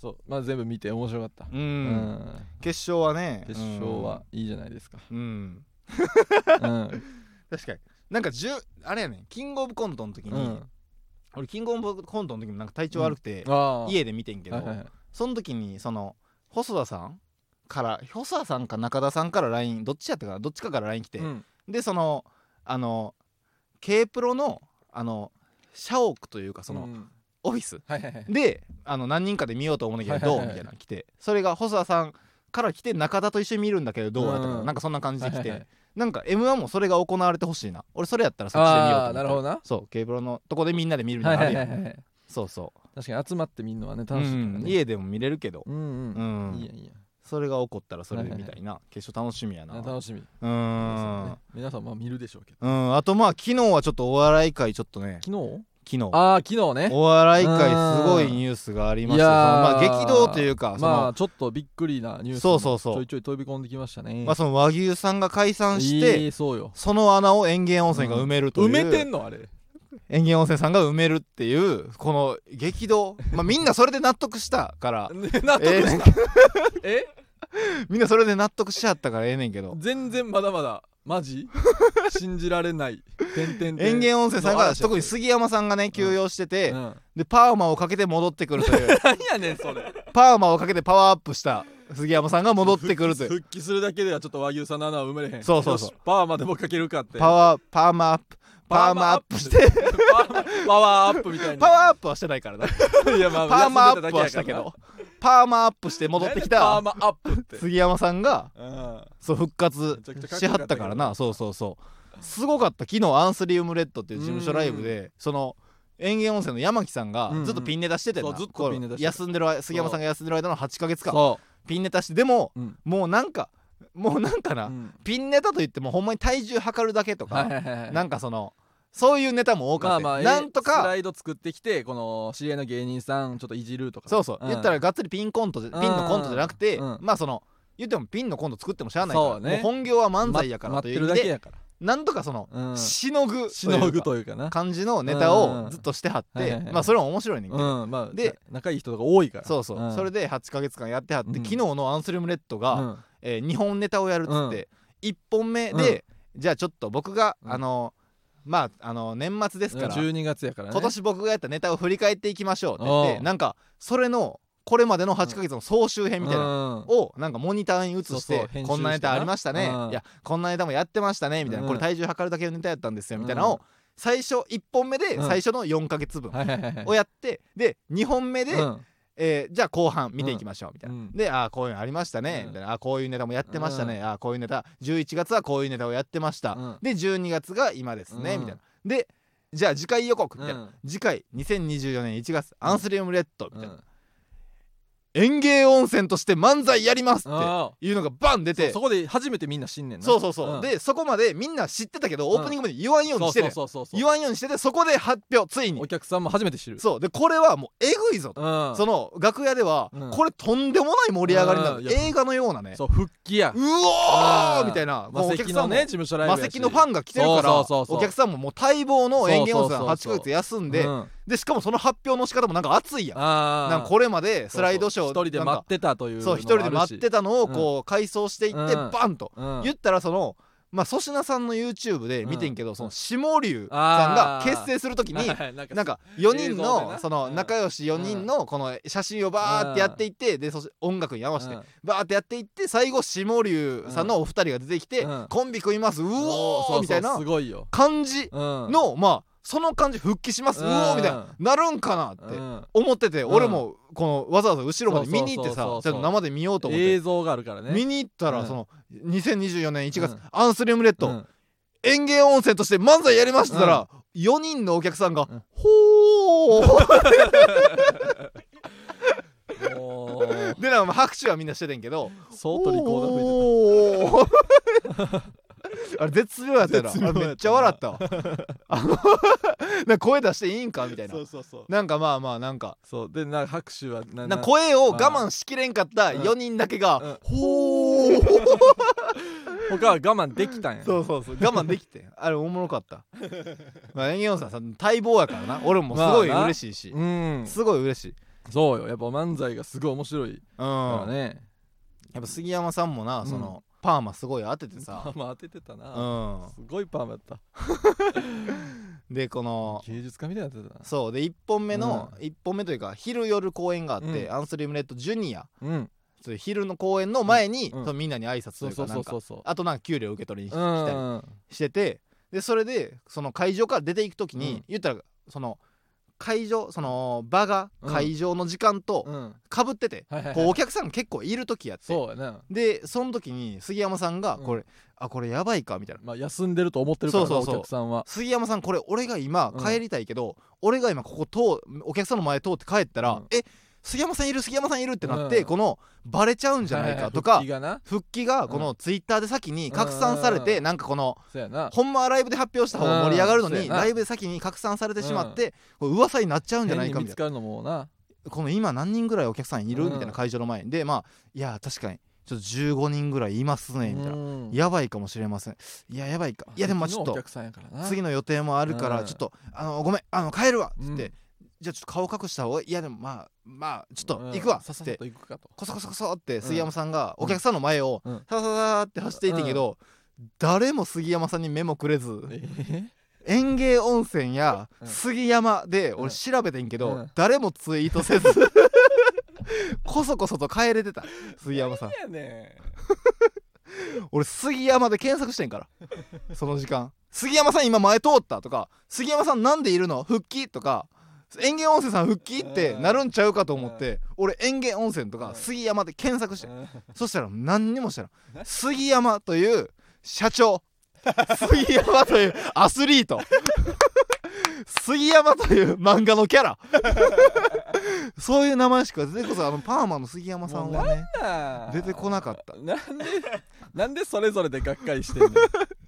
Speaker 2: そうまあ全部見て面白かった
Speaker 1: うん、
Speaker 2: う
Speaker 1: うん
Speaker 2: ん
Speaker 1: 決勝はね
Speaker 2: 決勝はいいじゃない ですか
Speaker 1: うん、うん
Speaker 2: うん
Speaker 1: 確かになんかじゅあれやねんキングオブコントの時に、
Speaker 2: うん
Speaker 1: 俺キングオブコントの時もなんか体調悪くて、
Speaker 2: あー
Speaker 1: 家で見てんけど、
Speaker 2: はいはいはい
Speaker 1: その時にその細田さんから細田さんか中田さんから LINE どっちやったかなどっちかから LINE 来て、
Speaker 2: うん
Speaker 1: でそのあの K プロのあの社屋というかその、
Speaker 2: うん
Speaker 1: オフィス
Speaker 2: はいはいはい
Speaker 1: であの何人かで見ようと思うんだけどど
Speaker 2: はいうは
Speaker 1: み
Speaker 2: いはい
Speaker 1: たいなの来てそれが細田さんから来て中田と一緒に見るんだけどどうだったかな,、
Speaker 2: うん
Speaker 1: なんかそんな感じで来て、
Speaker 2: はいはいはい
Speaker 1: なんか m 1もそれが行われてほしいな俺それやったらそっちで見ようと思って
Speaker 2: あーなるほどな
Speaker 1: そう K プロのとこでみんなで見るの
Speaker 2: は
Speaker 1: あ
Speaker 2: い
Speaker 1: るやん、
Speaker 2: はいはいはい
Speaker 1: そうそう
Speaker 2: 確かに集まってみるのはね楽しい
Speaker 1: う
Speaker 2: から
Speaker 1: ん
Speaker 2: ね
Speaker 1: 家でも見れるけど、
Speaker 2: うん
Speaker 1: う
Speaker 2: うん
Speaker 1: ん
Speaker 2: いいやいいや
Speaker 1: それが起こったらそれでみたいな、決勝楽しみやな
Speaker 2: 楽しみ
Speaker 1: うーん、
Speaker 2: 皆さんまあ見るでしょうけど
Speaker 1: うん、あとまあ昨日はちょっとお笑い界ちょっとね
Speaker 2: 昨日
Speaker 1: 昨日
Speaker 2: ああ昨日ね
Speaker 1: お笑い界すごいニュースがありました
Speaker 2: あー
Speaker 1: そのまあ激動というかその、
Speaker 2: まあちょっとびっくりなニュース
Speaker 1: そ
Speaker 2: も
Speaker 1: うそうそう
Speaker 2: ちょいちょい飛び込んできましたね
Speaker 1: まあ、その和牛さんが解散し
Speaker 2: え
Speaker 1: て、
Speaker 2: えそうよ
Speaker 1: その穴を園芸温泉が埋めるという、
Speaker 2: 埋めてんのあれ
Speaker 1: 園芸温泉さんが埋めるっていうこの激 動、まあ、みんなそれで納得したから
Speaker 2: 納得
Speaker 1: ええ
Speaker 2: し
Speaker 1: ねん
Speaker 2: た え
Speaker 1: みんなそれで納得しちゃったからええねんけど
Speaker 2: 全然まだまだマジ信じられない点々点
Speaker 1: 園芸温泉さん
Speaker 2: の
Speaker 1: が
Speaker 2: 嵐やった
Speaker 1: 特に杉山さんがね休養してて、
Speaker 2: うん
Speaker 1: でパーマをかけて戻ってくると いう
Speaker 2: 何やねんそれ
Speaker 1: パーマをかけてパワーアップした杉山さんが戻ってくるという
Speaker 2: 復帰復帰するだけではちょっと和牛さんの穴は埋めれへん
Speaker 1: そうそうそう
Speaker 2: よしパーマでもかけるかって
Speaker 1: パワーパーマアップパーマアップして
Speaker 2: パーマパワーアップみたい
Speaker 1: パ
Speaker 2: な
Speaker 1: ワーアップはしてないからな
Speaker 2: いや まあ
Speaker 1: パーマア
Speaker 2: 休んで
Speaker 1: ップ
Speaker 2: だやから
Speaker 1: はしたけどパーマアップして戻ってきた
Speaker 2: 何でパーマアップって
Speaker 1: 杉山さんが
Speaker 2: うん
Speaker 1: そう復活
Speaker 2: めちゃくちゃかっこ
Speaker 1: し
Speaker 2: よか
Speaker 1: はっ
Speaker 2: ったけど
Speaker 1: たからなそうそうそうすごかった昨日アンスリウムレッドっていう事務所ライブでその園芸温泉の山木さんが
Speaker 2: うんうん
Speaker 1: ずっとピンネタしててんな
Speaker 2: そうずっとピンネタし
Speaker 1: こう
Speaker 2: てた
Speaker 1: 休んでる間杉山さんが休んでる間の8ヶ月間
Speaker 2: そ
Speaker 1: ピンネタしてでも
Speaker 2: ううん
Speaker 1: もうなんかもうなんかな、
Speaker 2: うん
Speaker 1: ピンネタといってもほんまに体重測るだけとか、
Speaker 2: はいはいはいはい
Speaker 1: なんかそのそういうネタも多かった、なんと
Speaker 2: スラ
Speaker 1: か
Speaker 2: イド作ってきてこの知り合いの芸人さんちょっといじるとか
Speaker 1: そうそう、
Speaker 2: ん
Speaker 1: 言ったらがっつりピンコントじゃピンのコントじゃなくて、
Speaker 2: うん
Speaker 1: まあその言ってもピンのコント作ってもしゃあないから
Speaker 2: そうね
Speaker 1: もう本業は漫才やからと
Speaker 2: 待っ
Speaker 1: い
Speaker 2: て
Speaker 1: う
Speaker 2: る
Speaker 1: 意
Speaker 2: だ
Speaker 1: 味
Speaker 2: け
Speaker 1: で
Speaker 2: やから
Speaker 1: なんとかその、
Speaker 2: うん
Speaker 1: しのぐ
Speaker 2: しのぐ
Speaker 1: いう
Speaker 2: というかな
Speaker 1: か感じのネタ
Speaker 2: うんう
Speaker 1: を
Speaker 2: ん
Speaker 1: ずっとしてはっ
Speaker 2: はい
Speaker 1: て、
Speaker 2: はいはい
Speaker 1: まあそれも面白いねんけど、
Speaker 2: うんまあ
Speaker 1: で
Speaker 2: な仲いい人とか多いから
Speaker 1: そうそう、
Speaker 2: ん
Speaker 1: それで8ヶ月間やってはって、
Speaker 2: うん
Speaker 1: 昨日のアンスリウムレッド
Speaker 2: う
Speaker 1: が、
Speaker 2: ん
Speaker 1: えー、2本ネタをやるっつって、1本目で、じゃあちょっと僕が、
Speaker 2: うん
Speaker 1: あのまああの年末ですから、
Speaker 2: 12月やからね
Speaker 1: 今年僕がやったネタを振り返っていきましょうって言っ
Speaker 2: お
Speaker 1: て
Speaker 2: う
Speaker 1: なんかそれのこれまでの8ヶ月の総集編みたいな、
Speaker 2: な
Speaker 1: をなんかモニターに映して
Speaker 2: そうそう編集してな
Speaker 1: こんなネタありましたね、
Speaker 2: うん
Speaker 1: いやこんなネタもやってましたねみたいな、
Speaker 2: うん
Speaker 1: これ体重測るだけのネタやったんですよみたいな
Speaker 2: うん
Speaker 1: のを最初1本目で
Speaker 2: うん
Speaker 1: 最初の4ヶ月分
Speaker 2: はいはいはいはい
Speaker 1: をやってで2本目で、
Speaker 2: うん
Speaker 1: えーじゃあ後半見ていきましょうみたいな。
Speaker 2: うん
Speaker 1: でああこういうのありましたね、
Speaker 2: うん
Speaker 1: みたいなあーこういうネタもやってましたね、あーこういうネタ11月はこういうネタをやってました、
Speaker 2: うん
Speaker 1: で12月が今ですね、
Speaker 2: うん
Speaker 1: みたいなでじゃあ次回予告みたいな、
Speaker 2: うん
Speaker 1: 次回2024年1月アンスリウムレッドみたいな、
Speaker 2: うん
Speaker 1: 園芸温泉として漫才やりますって
Speaker 2: あ
Speaker 1: いうのがバン出
Speaker 2: ーそう
Speaker 1: て
Speaker 2: そこで初めてみんな知んねんな
Speaker 1: そうそうそう、
Speaker 2: ん
Speaker 1: でそこまでみんな知ってたけどオープニングまで言わんようにしてね、
Speaker 2: そうそうそうそう
Speaker 1: 言わんようにしててそこで発表ついに
Speaker 2: お客さんも初めて知る
Speaker 1: そうでこれはもうえぐいぞと、
Speaker 2: うん
Speaker 1: その楽屋では、
Speaker 2: うん
Speaker 1: これとんでもない盛り上がりなの、
Speaker 2: うんいや
Speaker 1: 映画のようなね
Speaker 2: そう復帰や
Speaker 1: うお
Speaker 2: う
Speaker 1: ー
Speaker 2: ん
Speaker 1: みたいなもう
Speaker 2: マ
Speaker 1: お
Speaker 2: セ
Speaker 1: 客
Speaker 2: キ
Speaker 1: さ
Speaker 2: の
Speaker 1: んも
Speaker 2: ね事務所ライブ
Speaker 1: マ
Speaker 2: や
Speaker 1: セ
Speaker 2: し
Speaker 1: キのファンが来てるから
Speaker 2: そうそうそうそう
Speaker 1: お客さんももう待望の園芸温泉
Speaker 2: そうそうそう
Speaker 1: 8
Speaker 2: そう
Speaker 1: ヶ月休んで
Speaker 2: うん
Speaker 1: でしかもその発表の仕方もなんか熱いやん
Speaker 2: あー
Speaker 1: なんかこれまでスライドショー
Speaker 2: そうそう一人で
Speaker 1: なん
Speaker 2: 待
Speaker 1: か
Speaker 2: ってたという
Speaker 1: そう一人で待ってたのをこう改装していって
Speaker 2: うん
Speaker 1: バンと
Speaker 2: た
Speaker 1: 言ったらそのまあ粗品さんの YouTube で見てんけど
Speaker 2: ん
Speaker 1: その下流さんが結成するときになんか4人
Speaker 2: 映像で
Speaker 1: の
Speaker 2: な
Speaker 1: その
Speaker 2: うん
Speaker 1: 仲良し4人のこの写真をバーってやっていってでそして音楽に合わせてバーってやっていって最後下流さんのお二人が出てきて
Speaker 2: うん
Speaker 1: コンビ組みますう
Speaker 2: う
Speaker 1: おーみたいな
Speaker 2: すごいよ
Speaker 1: 感じ
Speaker 2: の
Speaker 1: のまあその感じ復帰しますうおーみたいななるんかなって思ってて
Speaker 2: うん
Speaker 1: 俺もこのわざわざ後ろまで見に行ってさち
Speaker 2: そ
Speaker 1: ょ
Speaker 2: う
Speaker 1: っ
Speaker 2: そうそうそう
Speaker 1: と生で見ようと思って
Speaker 2: 映像があるからね
Speaker 1: 見に行った
Speaker 2: う
Speaker 1: ら
Speaker 2: ん
Speaker 1: その2024年1
Speaker 2: う
Speaker 1: 月
Speaker 2: ん
Speaker 1: アンスリウムレッ
Speaker 2: う
Speaker 1: ド
Speaker 2: ん
Speaker 1: 園芸温泉として漫才やりましたら4人のお客さんが
Speaker 2: うん
Speaker 1: 「ほ ー」
Speaker 2: もう
Speaker 1: でなんか拍手はみんなしててんけど
Speaker 2: 相当リコーダー吹い
Speaker 1: お
Speaker 2: て
Speaker 1: ーあれ絶妙やったよな
Speaker 2: 絶妙
Speaker 1: あ
Speaker 2: やったな
Speaker 1: れめっちゃ笑ったわあのなんか声出していいんかみたい
Speaker 2: た
Speaker 1: な
Speaker 2: うそうそう
Speaker 1: なんかまあまあなんか
Speaker 2: そうでなんか拍手はな
Speaker 1: なん
Speaker 2: な
Speaker 1: か声を我慢しきれんかった4人だけが「ほー」
Speaker 2: 他は我慢できたんや
Speaker 1: そうそうそう我慢でき てんあれおもろかったまあ演技音さんさ待望やからな俺もすごい
Speaker 2: まあな
Speaker 1: 嬉しいし、
Speaker 2: うん
Speaker 1: すごい嬉しい、
Speaker 2: そうよやっぱ漫才がすごい面白い
Speaker 1: うん
Speaker 2: からね
Speaker 1: やっぱ杉山さんもなその、パーマすごい当てて
Speaker 2: パ
Speaker 1: さ、
Speaker 2: ーマ当ててた
Speaker 1: う、
Speaker 2: なんすごいパーマやった
Speaker 1: でこの
Speaker 2: 芸術家みたいになってたな
Speaker 1: そうで1本目の、
Speaker 2: う
Speaker 1: 一本目というか昼夜公演があって、
Speaker 2: うん
Speaker 1: アンスリウムレッドジュニア
Speaker 2: うん
Speaker 1: そういう昼の公演の前に、
Speaker 2: うんうん
Speaker 1: そのみんなに挨拶と
Speaker 2: そ
Speaker 1: いうう
Speaker 2: そ
Speaker 1: かな
Speaker 2: う
Speaker 1: ん
Speaker 2: そう
Speaker 1: か
Speaker 2: そうそう
Speaker 1: あとなんか給料受け取りに来
Speaker 2: う
Speaker 1: たり
Speaker 2: んうん
Speaker 1: しててでそれでその会場から出ていく時に、
Speaker 2: うん
Speaker 1: 言ったらその会場その場が
Speaker 2: うん
Speaker 1: 会場の時間と
Speaker 2: うん
Speaker 1: かぶってて、
Speaker 2: はいはいはい
Speaker 1: こうお客さんが結構いる時やって
Speaker 2: そうやな
Speaker 1: でその時に杉山さんが
Speaker 2: うん
Speaker 1: これ、あこれやばいかみたいな
Speaker 2: まあ休んでると思ってるからな
Speaker 1: そうそ
Speaker 2: お
Speaker 1: うそう
Speaker 2: 客さんは
Speaker 1: 杉山さんこれ俺が今
Speaker 2: うん
Speaker 1: 帰りたいけど、俺が今ここ通お客さんの前通って帰ったら、
Speaker 2: うん
Speaker 1: え杉山さんいる杉山さんいるってなって、
Speaker 2: うん
Speaker 1: このバレちゃうんじゃないかと
Speaker 2: は
Speaker 1: か、
Speaker 2: いはい復帰がな
Speaker 1: 復帰がこのツイッターで先に拡散されて、
Speaker 2: うん
Speaker 1: なんかこの
Speaker 2: そうやな
Speaker 1: ほんまはライブで発表した方が盛り上がるの
Speaker 2: うん
Speaker 1: に、
Speaker 2: そうやな
Speaker 1: ライブで先に拡散されてしまって、これ噂になっちゃうんじゃない
Speaker 2: 変
Speaker 1: か
Speaker 2: に
Speaker 1: み
Speaker 2: 見
Speaker 1: た
Speaker 2: つ
Speaker 1: いな
Speaker 2: かるのもな
Speaker 1: この今何人ぐらいお客さんいる、
Speaker 2: うん
Speaker 1: みたいな会場の前にでまあいや確かにちょっと15人ぐらいいますねみたいな、
Speaker 2: うん
Speaker 1: やばいかもしれませんいややばいかいやでもまあちょっ
Speaker 2: 次のお
Speaker 1: と
Speaker 2: 客さんやからな
Speaker 1: 次の予定もあるから
Speaker 2: うん
Speaker 1: ちょっと、あのごめんあの帰るわっつって、
Speaker 2: うん
Speaker 1: じゃあちょっと顔隠した方がいいやでもまあまあちょっと
Speaker 2: うん
Speaker 1: 行くわっ
Speaker 2: さ
Speaker 1: つ
Speaker 2: っ
Speaker 1: っ
Speaker 2: さ
Speaker 1: て、
Speaker 2: と行くかと
Speaker 1: コソコソコソって杉山さんがお客さんの前を
Speaker 2: うん
Speaker 1: サラサラサラって走っていってんけど、誰も杉山さんに目もくれず、
Speaker 2: え
Speaker 1: 園芸温泉や
Speaker 2: うん
Speaker 1: 杉山で
Speaker 2: うん
Speaker 1: 俺調べてんけど、
Speaker 2: うん
Speaker 1: 誰もツイートせず こそこそと帰れてた杉山さん
Speaker 2: やね
Speaker 1: 俺杉山で検索してんからその時間杉山さん今前通ったとか杉山さんなんでいるの復帰とか園芸温泉さん復帰ってなるんちゃうかと思って俺園芸温泉と
Speaker 2: う
Speaker 1: か
Speaker 2: ん
Speaker 1: 杉山で検索してん
Speaker 2: ん
Speaker 1: そしたら何にもしたらん杉山という社長杉山というアスリート杉山という漫画のキャラそういう名前しか出てこそあのパーマの杉山さんはね出てこなかった
Speaker 2: なんでなんでそれぞれでがっかり してんの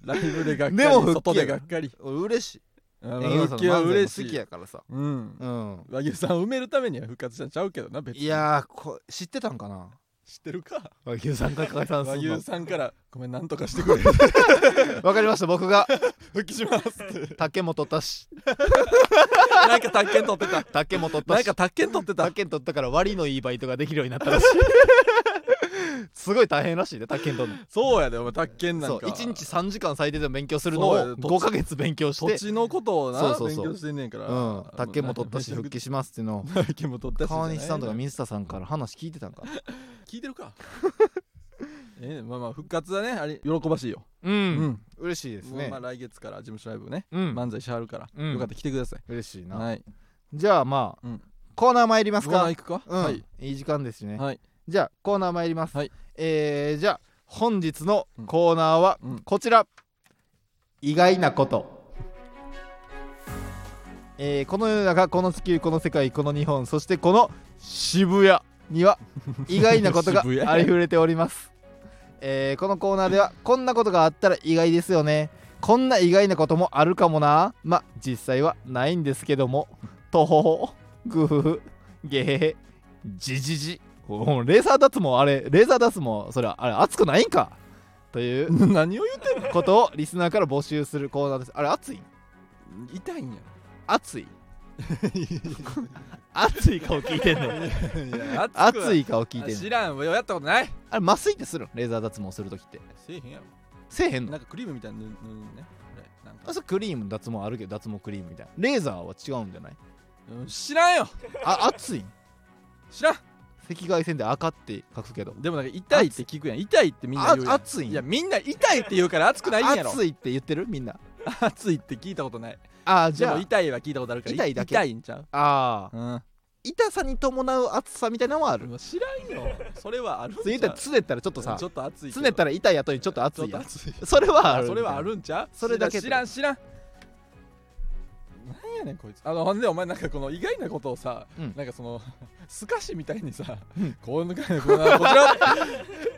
Speaker 2: ライブでがっかり
Speaker 1: でも復帰や
Speaker 2: 外でがっかり
Speaker 1: 俺嬉しい
Speaker 2: うん
Speaker 1: 営業さ
Speaker 2: 復
Speaker 1: ん
Speaker 2: 帰
Speaker 1: の
Speaker 2: は
Speaker 1: 漫
Speaker 2: 嬉
Speaker 1: 才
Speaker 2: し
Speaker 1: も好き
Speaker 2: い
Speaker 1: やからさ
Speaker 2: うん
Speaker 1: うん
Speaker 2: 和牛さんを埋めるためには復活したんちゃうけどな別に
Speaker 1: いやーこ知ってたんかな
Speaker 2: 知ってるか
Speaker 1: 和牛さんが解散す
Speaker 2: 和
Speaker 1: る
Speaker 2: 牛
Speaker 1: の
Speaker 2: さんから「ごめんなんとかしてくれ」
Speaker 1: わかりました僕 が
Speaker 2: 復帰しますって
Speaker 1: 竹本たし
Speaker 2: なんか宅建取ってた
Speaker 1: 竹本た
Speaker 2: なん
Speaker 1: し
Speaker 2: か宅建取ってた
Speaker 1: 宅建取ったから割のいいバイトができるようになったらしい すごい大変らしいね宅建取るの
Speaker 2: そうやでお前宅建な
Speaker 1: そ
Speaker 2: ん
Speaker 1: う
Speaker 2: か
Speaker 1: 1日3時間最低でも勉強するのを
Speaker 2: そうや
Speaker 1: 5ヶ月勉強し
Speaker 2: 土
Speaker 1: て
Speaker 2: 地のことをな
Speaker 1: そうそうそう
Speaker 2: 勉強してんねんから、
Speaker 1: うん竹本取ったし
Speaker 2: めちゃ
Speaker 1: 復
Speaker 2: くち
Speaker 1: 帰しますっていうのを
Speaker 2: ゃ竹本取ったしじゃ
Speaker 1: 川
Speaker 2: ない
Speaker 1: 西さんとか水田さんから話聞いてたんか
Speaker 2: 聞いてる かええまあまあ復活はねあれ喜ばしいよ、
Speaker 1: う
Speaker 2: うん
Speaker 1: ん嬉しいです
Speaker 2: もう
Speaker 1: ね
Speaker 2: まあ来月から事務所ライブね、
Speaker 1: うん
Speaker 2: 漫才しはるから、
Speaker 1: うん
Speaker 2: よかったら来てください、
Speaker 1: 嬉しいな
Speaker 2: はい
Speaker 1: じゃあまあ
Speaker 2: うん
Speaker 1: コーナー参ります
Speaker 2: コーナ
Speaker 1: か
Speaker 2: ー行くか、
Speaker 1: うん、
Speaker 2: はいい、
Speaker 1: い時間ですね、
Speaker 2: はい
Speaker 1: じゃあコーナー参ります、
Speaker 2: はい
Speaker 1: えーじゃあ本日のコーナーは
Speaker 2: うん
Speaker 1: こちら、意外なことえーこの世の中この地球この世界この日本そしてこの渋谷に は意外なことが
Speaker 2: 渋谷
Speaker 1: ありふれております、えーこのコーナーではこんなことがあったら意外ですよねこんな意外なこともあるかもなまあ実際はないんですけどもとほほグフフゲヘヘジジジおレーザー脱毛あれレーザー脱毛それはあれ熱くないんかという
Speaker 2: 何を言って
Speaker 1: ことをリスナーから募集するコーナーですあれ熱い
Speaker 2: んの痛いんや
Speaker 1: 熱 い熱い顔聞いてんの
Speaker 2: いや
Speaker 1: 熱
Speaker 2: い
Speaker 1: い顔聞いてん
Speaker 2: 知
Speaker 1: の
Speaker 2: らん俺やったことない
Speaker 1: あれ麻酔ってするのレーザー脱毛するときって
Speaker 2: せえへんやろ
Speaker 1: せえへんの
Speaker 2: なんかクリームみたいなの塗るのねこれなんか
Speaker 1: あそれクリーム脱毛あるけど脱毛クリームみたいなレーザーは違うんじゃない
Speaker 2: うん知らんよ
Speaker 1: あ熱いん
Speaker 2: 知らん
Speaker 1: 赤外線で赤って書くけど
Speaker 2: でもなんか痛いって聞くやん痛いってみんな
Speaker 1: あ
Speaker 2: 言うやん
Speaker 1: 熱いん
Speaker 2: いやみんな痛いって言うから熱くないんやろ
Speaker 1: 熱いって言ってるみんな
Speaker 2: 熱いって聞いたことない
Speaker 1: あじ
Speaker 2: で
Speaker 1: ゃ
Speaker 2: も
Speaker 1: あ
Speaker 2: 痛いは聞いたことあるから
Speaker 1: 痛いだけ
Speaker 2: 痛いんちゃう
Speaker 1: あー
Speaker 2: うん
Speaker 1: 痛さに伴う熱さみたいなのもある
Speaker 2: もう知らんよそれはあるん
Speaker 1: そう言っ
Speaker 2: ち
Speaker 1: た
Speaker 2: ゃ
Speaker 1: ら
Speaker 2: う
Speaker 1: つねったらちょっとさ
Speaker 2: ちょっと熱い
Speaker 1: つねった
Speaker 2: ら
Speaker 1: ら痛い後にちょっと熱いやん
Speaker 2: 熱い
Speaker 1: それはある
Speaker 2: それはあるんちゃう
Speaker 1: それだけ
Speaker 2: 知らん知らんなんやねんこいつあのほんでお前なんかこの意外なことをさ、
Speaker 1: うん
Speaker 2: なんかそのすかしみたいにさ、
Speaker 1: うん
Speaker 2: こういうのかこうなこ ちら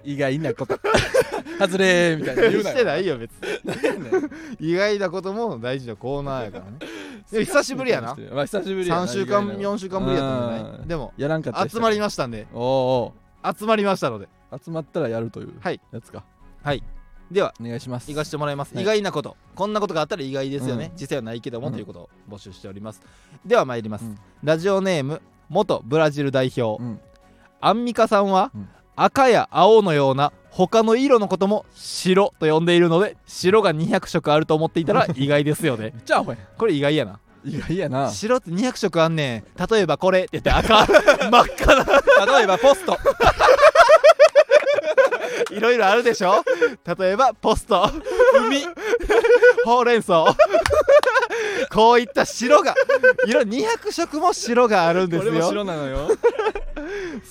Speaker 2: 意外なこと 外れーみたいな言うな
Speaker 1: して
Speaker 2: よ
Speaker 1: ないよ別
Speaker 2: なんやねん
Speaker 1: に意外なことも大事なコーナーや からねでも久しぶりやな
Speaker 2: まあ久しぶりやな
Speaker 1: 3週間
Speaker 2: 意外な
Speaker 1: 4週間ぶりやったんじゃ
Speaker 2: う
Speaker 1: ない
Speaker 2: ん
Speaker 1: でも
Speaker 2: やらんかったりした
Speaker 1: 集まりましたんで
Speaker 2: おう
Speaker 1: 集まりましたので
Speaker 2: おう集まったらやるという
Speaker 1: はい
Speaker 2: やつか
Speaker 1: では
Speaker 2: お願いします
Speaker 1: 行かしてもらいます、
Speaker 2: はい
Speaker 1: 意外なことこんなことがあったら意外ですよね、実際はないけども、ということを募集しておりますでは参ります、
Speaker 2: うん
Speaker 1: ラジオネーム元ブラジル代表、
Speaker 2: うん
Speaker 1: アンミカさんは、
Speaker 2: うん
Speaker 1: 赤や青のような他の色のことも白と呼んでいるので白が200色あると思っていたら意外ですよね
Speaker 2: じゃあほや
Speaker 1: これ意外やな
Speaker 2: 意外やな
Speaker 1: 白って200色あんねん例えばこれって言って赤 真っ赤な
Speaker 2: 例えばポスト
Speaker 1: いろいろあるでしょ例えばポスト海ほうれん草こういった白が色200色も白があるんで
Speaker 2: こ
Speaker 1: す
Speaker 2: れも
Speaker 1: よ
Speaker 2: 白なのよ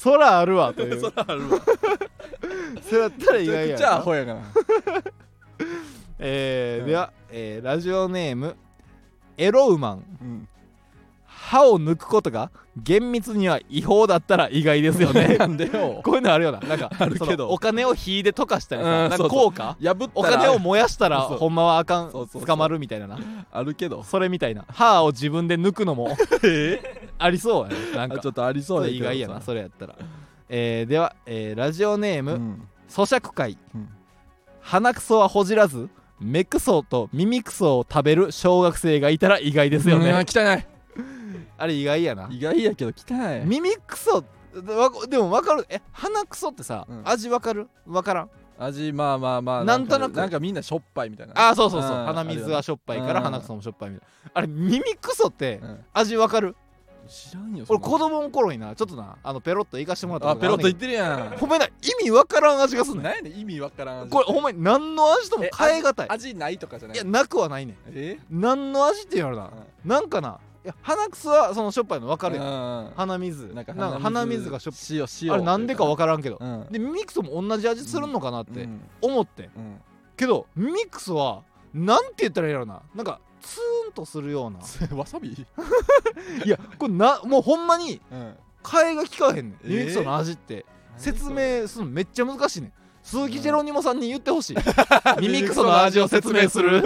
Speaker 1: 空あるわという
Speaker 2: そ
Speaker 1: そ
Speaker 2: らあるわ
Speaker 1: れやったら意
Speaker 2: じ
Speaker 1: 外や
Speaker 2: ゃあ
Speaker 1: な
Speaker 2: ほやがな
Speaker 1: え
Speaker 2: う
Speaker 1: ー、
Speaker 2: ん
Speaker 1: では、えーラジオネームエロウマン
Speaker 2: うん
Speaker 1: 歯を抜くことが厳密には違法だったら意外ですよね
Speaker 2: なんで よ
Speaker 1: こういうのあるよななんか
Speaker 2: あるけど
Speaker 1: そのお金を火で溶かしたりさ、
Speaker 2: うん
Speaker 1: なん
Speaker 2: そ
Speaker 1: か
Speaker 2: うそ
Speaker 1: 効果
Speaker 2: 破ったら
Speaker 1: お金を燃やしたら
Speaker 2: そう
Speaker 1: ほんまはあかん
Speaker 2: そうそうそう
Speaker 1: 捕まるみたいなな
Speaker 2: あるけど
Speaker 1: それみたいな歯を自分で抜くの もありそうやねなん
Speaker 2: あ
Speaker 1: か
Speaker 2: ちょっとありそう
Speaker 1: そ
Speaker 2: や
Speaker 1: れ
Speaker 2: け
Speaker 1: 意
Speaker 2: どさ
Speaker 1: 外やなそれやったら、えーでは、えーラジオネーム、
Speaker 2: うん
Speaker 1: 咀嚼会、
Speaker 2: うん
Speaker 1: 鼻くそはほじらず目くそと耳くそを食べる小学生がいたら意外ですよね、
Speaker 2: うん汚
Speaker 1: あれ意外やない
Speaker 2: 意外やけど汚い
Speaker 1: 耳くそわでも分かるえ鼻くそってさ、
Speaker 2: うん
Speaker 1: 味分かる分からん
Speaker 2: 味まあまあまあ
Speaker 1: なんとなく
Speaker 2: なんかみんなしょっぱいみたいな
Speaker 1: あーそうそうそう
Speaker 2: うん
Speaker 1: 鼻水がしょっぱいから
Speaker 2: うん
Speaker 1: 鼻くそもしょっぱいみたいなあれ耳くそって
Speaker 2: うん
Speaker 1: 味分かる
Speaker 2: 知らんよそん
Speaker 1: 俺
Speaker 2: な
Speaker 1: 子供の頃になちょっとなあのペロッと行かしてもらったこ
Speaker 2: あ
Speaker 1: と
Speaker 2: ペ
Speaker 1: が
Speaker 2: ロ
Speaker 1: る
Speaker 2: ッ
Speaker 1: ねん
Speaker 2: と
Speaker 1: けど
Speaker 2: 言ってるやん
Speaker 1: ほんまにな意味わからん味がすんねん
Speaker 2: 何やねん意味わからん味
Speaker 1: これほんまに何の味とも
Speaker 2: え
Speaker 1: 変えがたい
Speaker 2: 味ないとかじゃない
Speaker 1: いやなくはないねん
Speaker 2: え
Speaker 1: 何の味って言うのやろな、なんかないや鼻くそはそのしょっぱいの分かるやん
Speaker 2: ん
Speaker 1: 鼻水
Speaker 2: な
Speaker 1: なんんか
Speaker 2: か鼻水
Speaker 1: 鼻水がしょっ
Speaker 2: 塩塩
Speaker 1: ぱいあれなんでか分
Speaker 2: か
Speaker 1: からんけど、
Speaker 2: ん
Speaker 1: でミクソも同じ味するのかなっ
Speaker 2: う
Speaker 1: て
Speaker 2: ん
Speaker 1: 思ってん
Speaker 2: うん
Speaker 1: けどミクソはなんて言ったらいいやろななんかツーンとするよう な
Speaker 2: わさび
Speaker 1: いやこれなもうほんまに
Speaker 2: うん
Speaker 1: 替えが効かへんねん、
Speaker 2: えー
Speaker 1: ミクソの味って説明するのめっちゃ難しいねん鈴木ジェロニモさんに言ってほしい 耳くその味を説明す る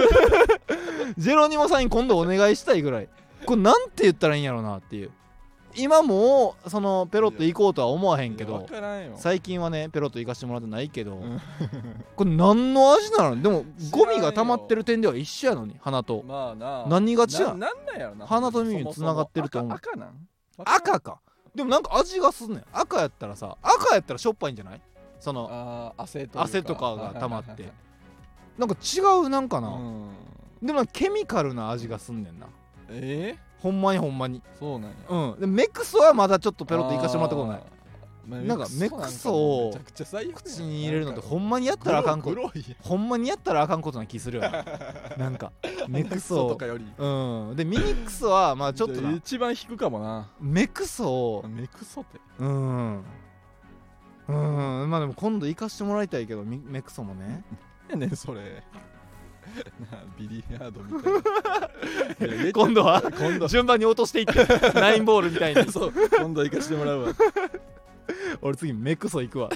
Speaker 1: ジェロニモさんに今度お願いしたいぐらいこれなんて言ったらいいんやろうなっていう今もうそのペロッと行こうとは思わへんけ
Speaker 2: 分
Speaker 1: ど
Speaker 2: からんよ
Speaker 1: 最近はねペロッと行かしてもらってないけど、
Speaker 2: うん
Speaker 1: これ何の味なのでも
Speaker 2: 知らん
Speaker 1: ゴ
Speaker 2: よ
Speaker 1: ミが溜まってる点では一緒やのに鼻と
Speaker 2: まあな
Speaker 1: 何が違う
Speaker 2: ななんなんやろな
Speaker 1: 鼻と耳に繋がってると思う
Speaker 2: 赤赤なん
Speaker 1: 赤かでもなんか味がすんねん赤やったらさ赤やったらしょっぱいんじゃないその
Speaker 2: あー汗という
Speaker 1: 汗とかが溜まっ
Speaker 2: はいはい
Speaker 1: て
Speaker 2: はい
Speaker 1: なんか違 うなんかな、
Speaker 2: はいうん
Speaker 1: でもなんかケミカルな味がすんねんな
Speaker 2: え
Speaker 1: ほんまにほんまに
Speaker 2: ーそうなんや
Speaker 1: うんでメクソはまだちょっとペロッと行かしてもらった ことない
Speaker 2: ない
Speaker 1: なんかメクソを
Speaker 2: めちゃくちゃ最悪やん
Speaker 1: 口に入れるのってほ
Speaker 2: なん
Speaker 1: まにやったらあかんこと
Speaker 2: 黒い黒い
Speaker 1: ほんまにやったらあかんことな気するよ ななんかメク
Speaker 2: と
Speaker 1: ソ
Speaker 2: かより
Speaker 1: うんでミニクソはまあちょっとな
Speaker 2: 一番引くかもな
Speaker 1: メクソを
Speaker 2: メクソって
Speaker 1: うんうんまあでも今度行かしてもらいたいけどミメクソもね
Speaker 2: やねんそれ なあビリヤードみ たいないやめっちゃ
Speaker 1: 今度は
Speaker 2: 今度
Speaker 1: 順番に落としていって ナインボールみたいに
Speaker 2: そう今度行かしてもらうわ
Speaker 1: 俺次メクソ行くわ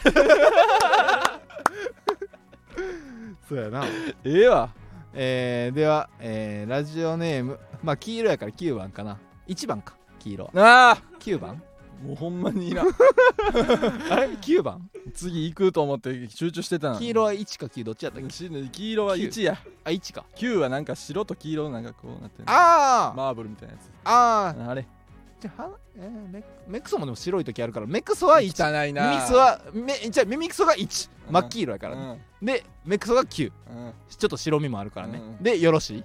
Speaker 1: そうやな
Speaker 2: ええわ
Speaker 1: えー、では、えー、ラジオネームまあ黄色やから9番かな1番か黄色は
Speaker 2: なあ
Speaker 1: 9番
Speaker 2: もうほんまにいらん
Speaker 1: あれ9番
Speaker 2: 次行くと思って集中してたん
Speaker 1: 黄色は1か9どっちやったっけ
Speaker 2: し黄色は1や
Speaker 1: あ1か
Speaker 2: 9はなんか白と黄色なんかこうなってる
Speaker 1: あー、
Speaker 2: マーブルみたいなやつ
Speaker 1: あー
Speaker 2: あれ
Speaker 1: じゃあ、はえーメメクソもでも白い時あるからメクソは1
Speaker 2: 汚い
Speaker 1: ミ
Speaker 2: な
Speaker 1: ミクソはめじゃあミミクソが1
Speaker 2: うん
Speaker 1: 真っ黄色やからね、でメクソが9
Speaker 2: うんうん
Speaker 1: ちょっと白身もあるからね、
Speaker 2: うん
Speaker 1: でよろしい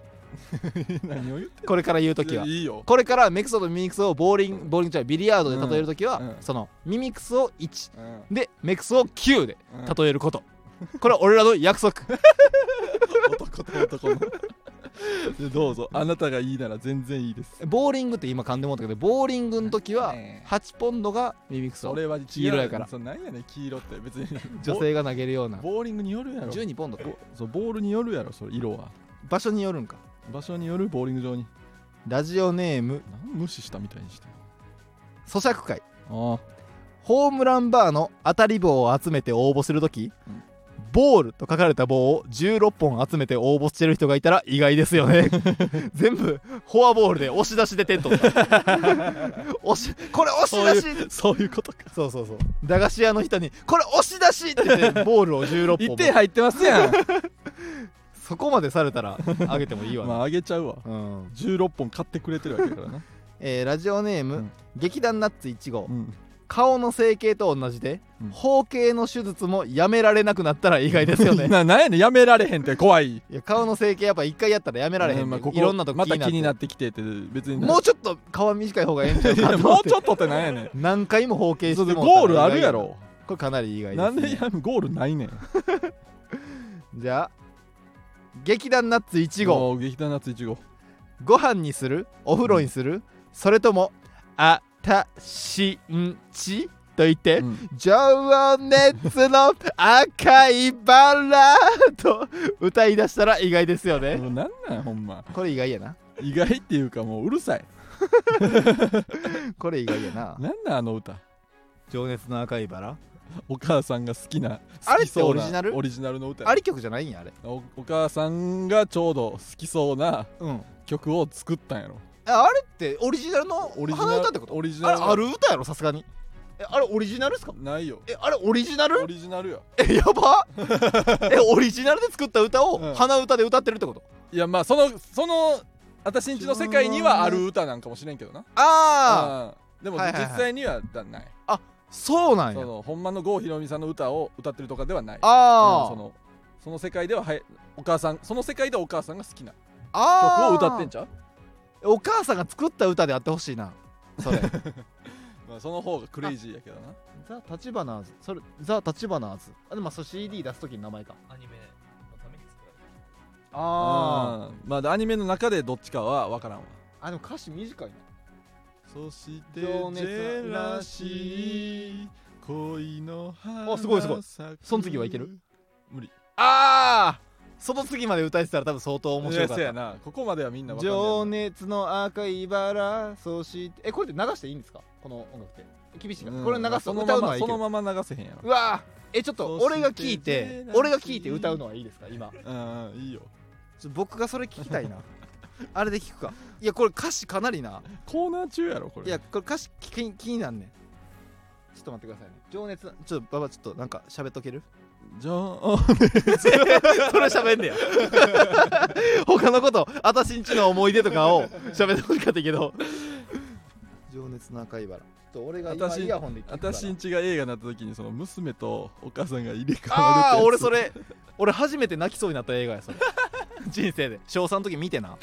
Speaker 2: 何を言って
Speaker 1: これから言う
Speaker 2: る
Speaker 1: 時はい
Speaker 2: やいいよ
Speaker 1: これからメクソとミミクソをボーリングボーリングじゃないビリヤードで例える時は、
Speaker 2: うんうん
Speaker 1: そのミミクソを1
Speaker 2: うん
Speaker 1: でメクソを9で
Speaker 2: うん
Speaker 1: 例えること、これは俺らの約束
Speaker 2: 男と男の でどうぞあなたがいいなら全然いいです
Speaker 1: ボーリングって今噛んでもったけどボーリングの時は
Speaker 2: ねえ
Speaker 1: 8ポンドがミミクソ
Speaker 2: 俺は
Speaker 1: 黄色やから
Speaker 2: そうなんやねん黄色って 別に
Speaker 1: 女性が投げるような
Speaker 2: ボボーリングによるやろ
Speaker 1: 12ポンド
Speaker 2: ボそうボールによるやろそれ色は
Speaker 1: 場所によるんか
Speaker 2: 場所によるボーリング場に
Speaker 1: ラジオネーム
Speaker 2: なん無視したみたいにして
Speaker 1: 咀嚼会
Speaker 2: あ
Speaker 1: ホームランバーの当たり棒を集めて応募するとき、
Speaker 2: うん
Speaker 1: ボールと書かれた棒を16本集めて応募してる人がいたら意外ですよ ね全部フォアボールで押し出しで点取った 押しこれ
Speaker 2: あそう
Speaker 1: 押し出
Speaker 2: い
Speaker 1: し
Speaker 2: うそういうことか
Speaker 1: そうそうそう駄菓子屋の人に「これ押し出し!」って言ってボールを16
Speaker 2: 一
Speaker 1: 本
Speaker 2: 点入ってますやん
Speaker 1: そこまでされたらあげてもいいわ
Speaker 2: ま
Speaker 1: な、
Speaker 2: ああげちゃうわ
Speaker 1: うん
Speaker 2: 16本買ってくれてるわけだから な、
Speaker 1: えーラジオネーム、
Speaker 2: うん
Speaker 1: 劇団ナッツ1号、
Speaker 2: うん、
Speaker 1: 顔の整形と同じで、
Speaker 2: うん
Speaker 1: 包茎の手術もやめられなくなったら意外ですよね
Speaker 2: ななんやねんやめられへんって怖い
Speaker 1: いや顔の整形やっぱ一回やったらやめられへんね、
Speaker 2: うんまあここ
Speaker 1: いろんなとこ
Speaker 2: また気
Speaker 1: 気
Speaker 2: に
Speaker 1: に
Speaker 2: な
Speaker 1: なっ
Speaker 2: ってきてって別
Speaker 1: て
Speaker 2: に
Speaker 1: もうちょっと顔は短い方がええんちゃう
Speaker 2: いや
Speaker 1: か
Speaker 2: もうちょ
Speaker 1: っ
Speaker 2: っとってな んやねん
Speaker 1: と何回も包茎して
Speaker 2: そう
Speaker 1: もら
Speaker 2: そう
Speaker 1: ったら
Speaker 2: ゴールあるやろ
Speaker 1: これかなり意外で
Speaker 2: な
Speaker 1: す、
Speaker 2: ん
Speaker 1: ね、
Speaker 2: でやゴールないねん
Speaker 1: じゃあ劇団ナッツ1号
Speaker 2: もう劇団夏1号
Speaker 1: ご飯にするお風呂にする、それともあたしんちと言って、
Speaker 2: うん
Speaker 1: 情熱の赤いバラと 歌い出したら意外ですよね
Speaker 2: もうなんなんほんま
Speaker 1: これ意外やな
Speaker 2: 意外っていうかもううるさい
Speaker 1: これ意外やな
Speaker 2: なんなんあの歌
Speaker 1: 情熱の赤いバラ
Speaker 2: お母さんが好きな
Speaker 1: あれ
Speaker 2: 好きそうな
Speaker 1: ってオリジナル
Speaker 2: オリジナルの 歌
Speaker 1: あり曲じゃないんやあれ
Speaker 2: おお母さんがちょうど好きそうな
Speaker 1: うん
Speaker 2: 曲を作ったんやろ
Speaker 1: ああれってオリジナルの
Speaker 2: オリジナル
Speaker 1: 花歌ってこと
Speaker 2: オリジナ
Speaker 1: あれ
Speaker 2: ル
Speaker 1: ある歌やろさすがにえあれオリジナルですか
Speaker 2: ないよ
Speaker 1: えあれオリジナ
Speaker 2: オ
Speaker 1: ル
Speaker 2: リジナルよ
Speaker 1: えや ばえオリジナルで作った歌
Speaker 2: う
Speaker 1: を
Speaker 2: ん
Speaker 1: 花歌で歌ってるってこと
Speaker 2: いやまあそのその私んちの世界にはある歌なんかもしれんけどな
Speaker 1: ああ
Speaker 2: うんでも
Speaker 1: はいは
Speaker 2: 実
Speaker 1: いはい
Speaker 2: 際にはだない
Speaker 1: そうなん
Speaker 2: そ
Speaker 1: や
Speaker 2: のほんまの郷ひろみさんの歌を歌ってるとかではないうん
Speaker 1: あ
Speaker 2: そ
Speaker 1: ー
Speaker 2: のその世界でははいお母さんその世界ではお母さんが好きな
Speaker 1: あ
Speaker 2: 曲を
Speaker 1: ー
Speaker 2: 歌ってんちゃう
Speaker 1: お母さんが作った歌であってほしいな それ
Speaker 2: まあその方がクレイジーやけどな
Speaker 1: ザ・タチバナーズそれザ・タチバナーズあでもそれ CD 出す時の名前か
Speaker 3: アニメのために作られ
Speaker 1: あ
Speaker 2: うんまあアニメの中でどっちかは分からんわ
Speaker 1: ああでも歌詞短いな
Speaker 2: そしてジ
Speaker 1: 情熱
Speaker 2: ェラシー恋の花
Speaker 1: あすごいすごい
Speaker 2: 咲く
Speaker 1: その次はいける
Speaker 2: 無理
Speaker 1: ああその次まで歌えてたら多分相当面
Speaker 2: 面
Speaker 1: 白か
Speaker 2: 白か
Speaker 1: っ
Speaker 2: った
Speaker 1: た
Speaker 2: やなここまではみんな分かんね
Speaker 1: 情
Speaker 2: や
Speaker 1: 熱の赤いバラそしてえこれって流していいんですかこの音楽って厳しいか
Speaker 2: ろ
Speaker 1: ら、こ
Speaker 2: な
Speaker 1: れ流す
Speaker 2: そ
Speaker 1: の
Speaker 2: の
Speaker 1: 歌
Speaker 2: ま
Speaker 1: うのは
Speaker 2: ま
Speaker 1: いい
Speaker 2: そ
Speaker 1: け
Speaker 2: の
Speaker 1: ど
Speaker 2: まま流せへんや
Speaker 1: うわーえちょっと俺が聞い
Speaker 2: そしてて
Speaker 1: 俺が聞いて歌うのはいいですか今
Speaker 2: ろうんうんいいよ
Speaker 1: ちょ僕がそれ聞きたいなあれで聞くかいやこれ歌詞かなりな
Speaker 2: コーナー中やろこれ
Speaker 1: いやこれ歌詞気に気になんねんちょっと待ってくださいね情熱ちょっとババちょっとなんか喋っとける
Speaker 2: じゃあ
Speaker 1: それ喋んねや他のこと私んちの思い出とかを喋ってほしかったけど情熱の赤いバラちょっと俺が今
Speaker 2: 私
Speaker 1: イヤホンで聞くから
Speaker 2: 私んちが映画になった時にその娘とお母さんが入れ替わる
Speaker 1: ああ
Speaker 2: ってやつ
Speaker 1: 俺それ俺初めて泣きそうになった映画やそれ人生で小3の時見てな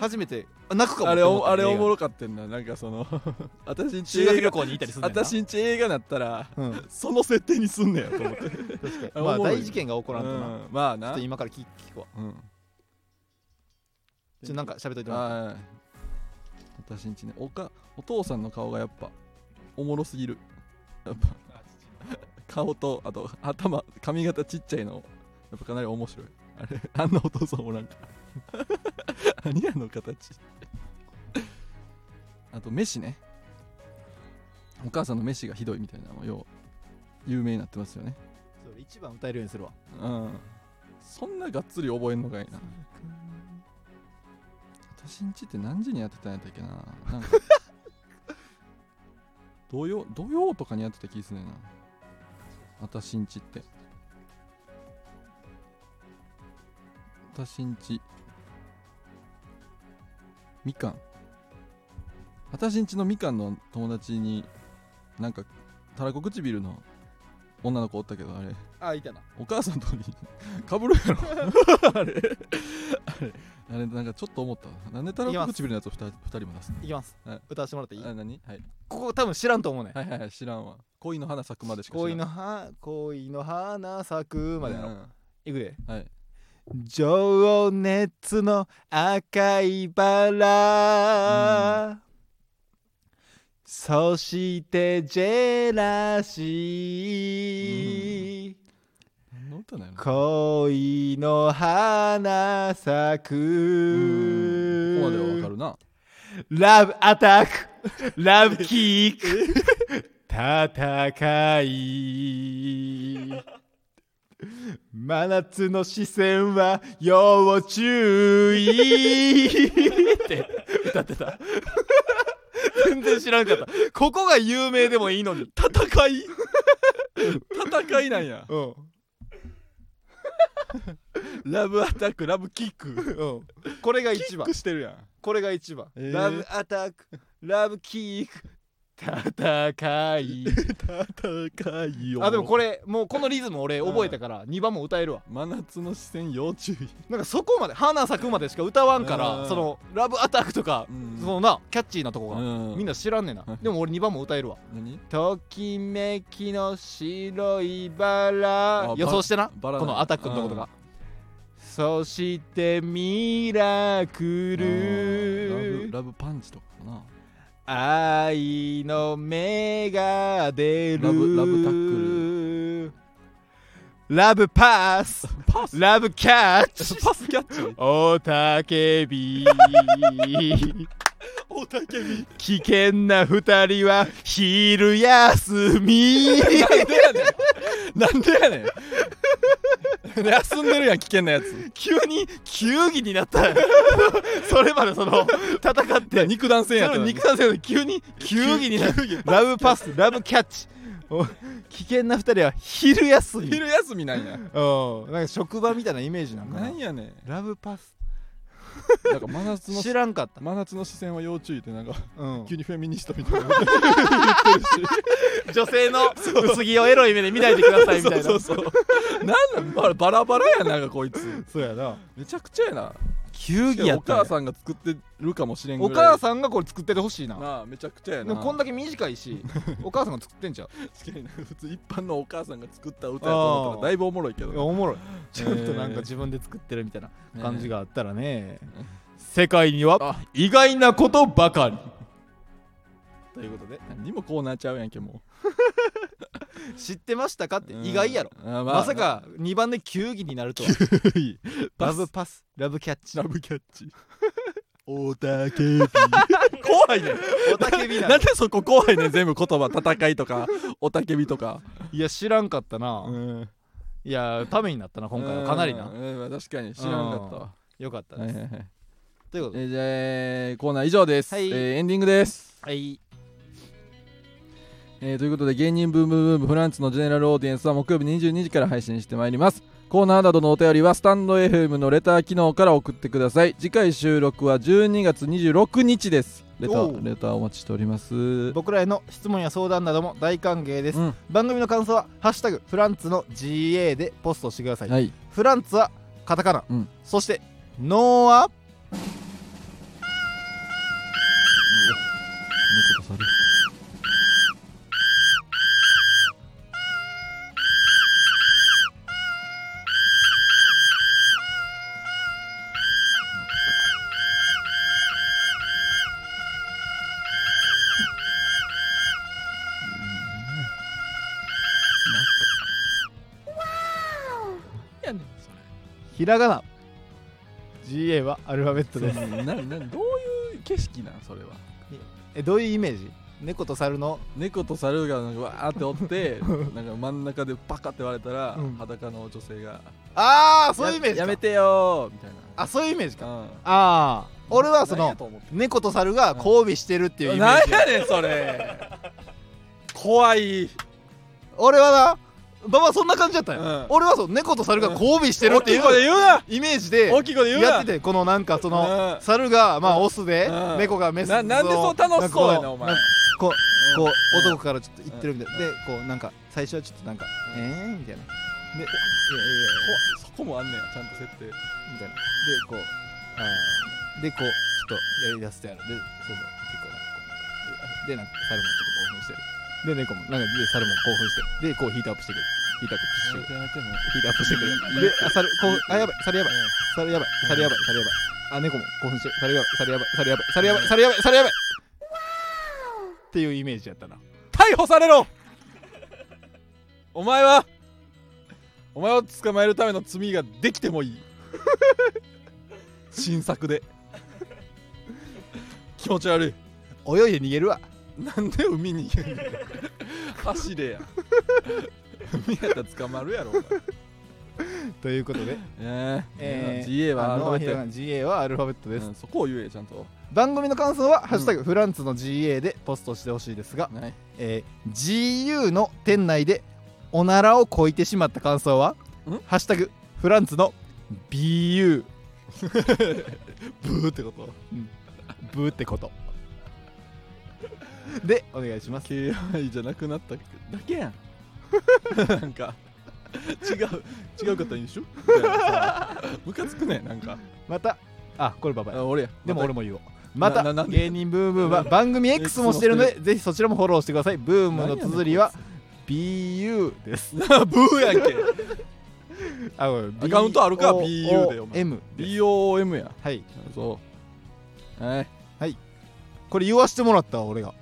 Speaker 1: 初めてあ泣くかも
Speaker 2: あれおあれ
Speaker 1: と
Speaker 2: おも
Speaker 1: 思っ
Speaker 2: ろかってんななんかその 私ん
Speaker 1: た
Speaker 2: ち
Speaker 1: 映画修
Speaker 2: 映
Speaker 1: 学旅
Speaker 2: 画
Speaker 1: 行に行ったりするんだよ
Speaker 2: 私んち映画なったら
Speaker 1: な、うん、
Speaker 2: その設定にすんねやと思って
Speaker 1: 確か
Speaker 2: あ
Speaker 1: にまあ
Speaker 2: おもろい
Speaker 1: 大事件が起こらんとな、ち
Speaker 2: うんまあ
Speaker 1: ょ
Speaker 2: な
Speaker 1: っと今から聞聞くわ
Speaker 2: うん
Speaker 1: ちょなんか喋っといてもらっ
Speaker 2: はい私んちねおかお父さんの顔がやっぱおもろすぎるやっぱ
Speaker 3: あ父の
Speaker 2: 顔とあと頭髪型ちっちゃいのやっぱかなり面白いあれあんなお父さんおらんから 何やの形あと飯ねお母さんの飯がひどいみたいなのもよう有名になってますよね
Speaker 1: て俺一番歌えるようにするわ
Speaker 2: うんそんながっつり覚えんのがいいな私んちって何時にやってたんやったっけななんか土曜土曜とかにやってた気すんねんな私んちって私んちみかん私んちのみかんの友達になんかたらこ唇の女の子おったけどあれ
Speaker 1: あいたな
Speaker 2: お母さんとに かぶるやろ あれあれあれなんかちょっと思ったわなんでたらこ唇のやつを 2, 人も出すの
Speaker 1: いきます、
Speaker 2: はい
Speaker 1: 歌わせてもらっていい
Speaker 2: あ何、はい、
Speaker 1: ここ多分知らんと思うね、
Speaker 2: はいはいはい知らんわ恋の花咲くまでしか知らん
Speaker 1: 恋のは恋の花咲くまでやろ、
Speaker 2: うん
Speaker 1: いくで
Speaker 2: はい
Speaker 1: 情熱の赤いバラ、そしてジェラシー、
Speaker 2: 何の歌なの
Speaker 1: 恋の花咲く、
Speaker 2: うんここまではわかるな
Speaker 1: ラブアタックラブキック戦い真夏の視線は要注意って 歌ってた全然知らんかったここが有名でもいいのに
Speaker 2: 戦い戦い なんや
Speaker 1: うん
Speaker 2: ラブアタックラブキック
Speaker 1: うんこれが一
Speaker 2: キッ
Speaker 1: 番
Speaker 2: クしてるやん
Speaker 1: これが一番、
Speaker 2: えー
Speaker 1: ラブアタックラブキック戦い
Speaker 2: 戦いよ
Speaker 1: あでもこれもうこのリズム俺覚えたから2番も歌えるわ
Speaker 2: 真夏の視線要注意
Speaker 1: なんかそこまで花咲くまでしか歌わんか
Speaker 2: う
Speaker 1: ら
Speaker 2: ん
Speaker 1: そのラブアタックとか
Speaker 2: うん
Speaker 1: そのなキャッチーなとこが
Speaker 2: う
Speaker 1: みん
Speaker 2: な
Speaker 1: な知らんねんな
Speaker 2: うん
Speaker 1: でも俺2番も歌えるわ
Speaker 2: 何
Speaker 1: ときめきの白いバ
Speaker 2: あ
Speaker 1: ラ予
Speaker 2: バ
Speaker 1: 想してな
Speaker 2: バラ
Speaker 1: このアタックのとこと
Speaker 2: う
Speaker 1: が
Speaker 2: ん
Speaker 1: そしてミラク
Speaker 2: うんラブ
Speaker 1: ル
Speaker 2: ラブパンチとかかな
Speaker 1: 愛の芽が出る
Speaker 2: ラブラブタ
Speaker 1: ックルラブパス
Speaker 2: パス
Speaker 1: ラブキャッ チ
Speaker 2: パスキャッチ
Speaker 1: おたけび
Speaker 2: おたけび
Speaker 1: 危険な二人は昼休み
Speaker 2: なんでやねんなんでやねん休んでるやん危険なやつ
Speaker 1: 急に球技になったよそれまでその戦って
Speaker 2: 肉弾戦やっ
Speaker 1: そ
Speaker 2: た
Speaker 1: の
Speaker 2: のに
Speaker 1: 肉弾戦で急に球技になったラブパスラブキャッチお危険な二人は昼休み
Speaker 2: 昼休みなんや
Speaker 1: うんなんか職場みたいなイメージなんかな
Speaker 2: なんやねん
Speaker 1: ラブパス
Speaker 2: なんか真夏の
Speaker 1: 知らんかった、
Speaker 2: 真夏の視線は要注意ってなんか
Speaker 1: うん、
Speaker 2: 急にフェミニストみ たいなこと言ってるし
Speaker 1: 女性の薄着をエロい目で見ないでくださいみたいな
Speaker 2: そうそうそうなんなんあれバラバラやんなんかこいつ
Speaker 1: そうやな
Speaker 2: めちゃくちゃやな
Speaker 1: 球技や
Speaker 2: お
Speaker 1: ったん
Speaker 2: 母
Speaker 1: や
Speaker 2: さんが作ってるかもしれん
Speaker 1: お
Speaker 2: ぐらい
Speaker 1: 母さんがこれ作っててほしいな
Speaker 2: なあめちゃくちゃや
Speaker 1: で
Speaker 2: な
Speaker 1: もこんだけ短い しお母さんが作ってんちゃう
Speaker 2: 確かにな普通一般のお母さんが作った歌やと思ったらだいぶおもろいけど
Speaker 1: いやおもろいちゃんとなん
Speaker 2: え
Speaker 1: か
Speaker 2: ー
Speaker 1: 自分で作ってるみたいな感じ
Speaker 2: が
Speaker 1: があったらね世界には
Speaker 2: あ
Speaker 1: 意外なことばかりということで
Speaker 2: 何もこうなっちゃうやんけも
Speaker 1: 知ってましたかって
Speaker 2: う
Speaker 1: 意外やろ
Speaker 2: うんあ
Speaker 1: まさか2番で球技になるとは
Speaker 2: 球技
Speaker 1: ラ
Speaker 2: パ
Speaker 1: ブ
Speaker 2: ス
Speaker 1: パスラブキャッチ
Speaker 2: ラブキャッチおたけび怖いねん
Speaker 1: おた けびな
Speaker 2: なんでそこ怖いねん全部言葉戦い とかおたけびとか
Speaker 1: いや知らんかったな、
Speaker 2: うん
Speaker 1: いやためになったな今回はかなりな
Speaker 2: うんうん確かに知らんかったわ
Speaker 1: よかった
Speaker 2: は
Speaker 1: で
Speaker 2: い
Speaker 1: す、
Speaker 2: はいはい
Speaker 1: ということで
Speaker 2: えーじゃあえーコーナー以上です、
Speaker 1: はい
Speaker 2: えーエンディングです、
Speaker 1: はい
Speaker 2: えーということで芸人ブームブームフランツのジェネラルオーディエンスは木曜日22時から配信してまいりますコーナーなどのお便りはスタンド FM のレター機能から送ってください次回収録は12月26日ですレタ
Speaker 1: おう
Speaker 2: ーレターお待ちしております
Speaker 1: 僕らへの質問や相談なども大歓迎です、
Speaker 2: うん
Speaker 1: 番組の感想は「ハッシュタグフランツの GA」でポストしてください、
Speaker 2: はい
Speaker 1: フランツはカタカナ、
Speaker 2: うん
Speaker 1: そしてノーは
Speaker 2: 猫と猿やねんそれ
Speaker 1: ひらがな GA はアルファベットです
Speaker 2: ななどういう景色なんそれは
Speaker 1: えどういうイメージ猫と猿の
Speaker 2: 猫と猿がなんかわーっておって なんか真ん中でパカって割れたら、
Speaker 1: うん
Speaker 2: 裸の女性が
Speaker 1: ああそういうイメージ
Speaker 2: や
Speaker 1: か
Speaker 2: やめてよーみたいな
Speaker 1: あそういうイメージか
Speaker 2: うん
Speaker 1: ああ俺はそ
Speaker 2: 何や
Speaker 1: の
Speaker 2: と思って
Speaker 1: 猫と猿が交尾してるっていうイメー
Speaker 2: 何
Speaker 1: ジ
Speaker 2: やねんそれ怖い
Speaker 1: 俺はな馬場そんな感じだったよ、
Speaker 2: うん
Speaker 1: 俺はそう猫と猿が交尾してるってい
Speaker 2: 大きい声で
Speaker 1: う
Speaker 2: 言うな
Speaker 1: イメージで
Speaker 2: 大きい声で言うな
Speaker 1: やっててこのなんかその、
Speaker 2: うん
Speaker 1: 猿がまあオスで、
Speaker 2: うん
Speaker 1: 猫がメス
Speaker 2: ななんでそう楽しそうやなお前
Speaker 1: んかこうこう、
Speaker 2: うん
Speaker 1: 男からちょっと言ってるみたいな、でこうなんか最初はちょっとなんか、
Speaker 2: うん
Speaker 1: えーみたいなでいやいやいや
Speaker 2: こそこもあんねやちゃんと設定
Speaker 1: みたいなでこうあーでこうちょっとやりだすとやるでそうそう結構なんかこうでなんか猿もちょっと興奮してるで猫もなんかで猿も興奮してるでこうヒートアップしてくるヒートアップしてくる
Speaker 2: やめても
Speaker 1: ヒートアップしてくる。で、あ、猿、こう、あ、やばい、猿やばい、猿やばい、猿やばい、猿やばい。あ、猫も興奮してる、猿やばい、猿やばい、猿やばい、猿やばい、猿やばい、猿やばい。っていうイメージやったな。
Speaker 2: 逮捕されろお前はお前を捕まえるための罪ができてもい い新作で気持ち悪い
Speaker 1: 泳いで逃げるわ。
Speaker 2: なんで海に行けんの走れや海やったら捕まるやろお前
Speaker 1: ということで、
Speaker 2: え
Speaker 1: えー
Speaker 2: GA は
Speaker 1: あ
Speaker 2: アルフ
Speaker 1: の
Speaker 2: ァベットや
Speaker 1: GA はアルファベットです
Speaker 2: う。んそこを言えちゃんと
Speaker 1: 番組の感想は、ハッシュタグフランツの GA でポストしてほしいですが、
Speaker 2: ない
Speaker 1: えー GU の店内でおならをこいてしまった感想は
Speaker 2: ん、
Speaker 1: ハッシュタグフランツの BU
Speaker 2: ブーってこと
Speaker 1: ブーってこと。で、お願いします。
Speaker 2: KI じゃなくなっただけやん なんか違う違う方いいんでしょみたいなさムカつくねなんか
Speaker 1: またあこれババや
Speaker 2: あ俺や
Speaker 1: でも
Speaker 2: また
Speaker 1: 俺も言おうま
Speaker 2: なな
Speaker 1: た
Speaker 2: なんで
Speaker 1: 芸人ブームブームは番組 X もしてるのでぜひそちらもフォローしてくださいブームの綴りは BU です
Speaker 2: ブーやんけ アカウントあるか BU でお前
Speaker 1: M
Speaker 2: BOM や
Speaker 1: はい
Speaker 2: そうはい
Speaker 1: これ言わしてもらったわ俺が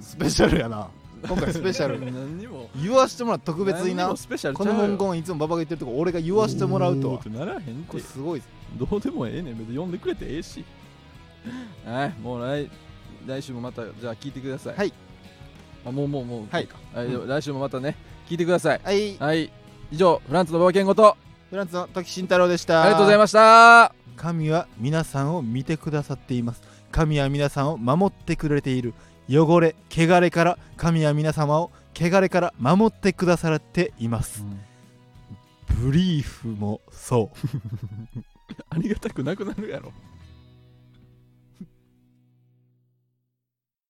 Speaker 1: スペシャルやな今回スペシャル
Speaker 2: 何にも
Speaker 1: 言わしてもらった特別に
Speaker 2: 何
Speaker 1: な
Speaker 2: もスペシャル
Speaker 1: この文言いつもババが言ってるとこ俺が言わしてもらうと
Speaker 2: おー
Speaker 1: は
Speaker 2: ってならへん
Speaker 1: こ
Speaker 2: て
Speaker 1: れすごいぞ
Speaker 2: どうでもええねん別に呼んでくれてええし はいもう来来週もまたじゃあ聞いてください
Speaker 1: はい
Speaker 2: あもうもうもう
Speaker 1: はい
Speaker 2: はい
Speaker 1: うん
Speaker 2: 来週もまたね聞いてください
Speaker 1: はい
Speaker 2: はい以上フランスのババケンこと
Speaker 1: フランスの時慎太郎でした
Speaker 2: ありがとうございました
Speaker 1: 神は皆さんを見てくださっています神は皆さんを守ってくれている汚れ汚れから神は皆様を汚れから守ってくださっています ブリーフもそう
Speaker 2: ありがたくなくなるやろ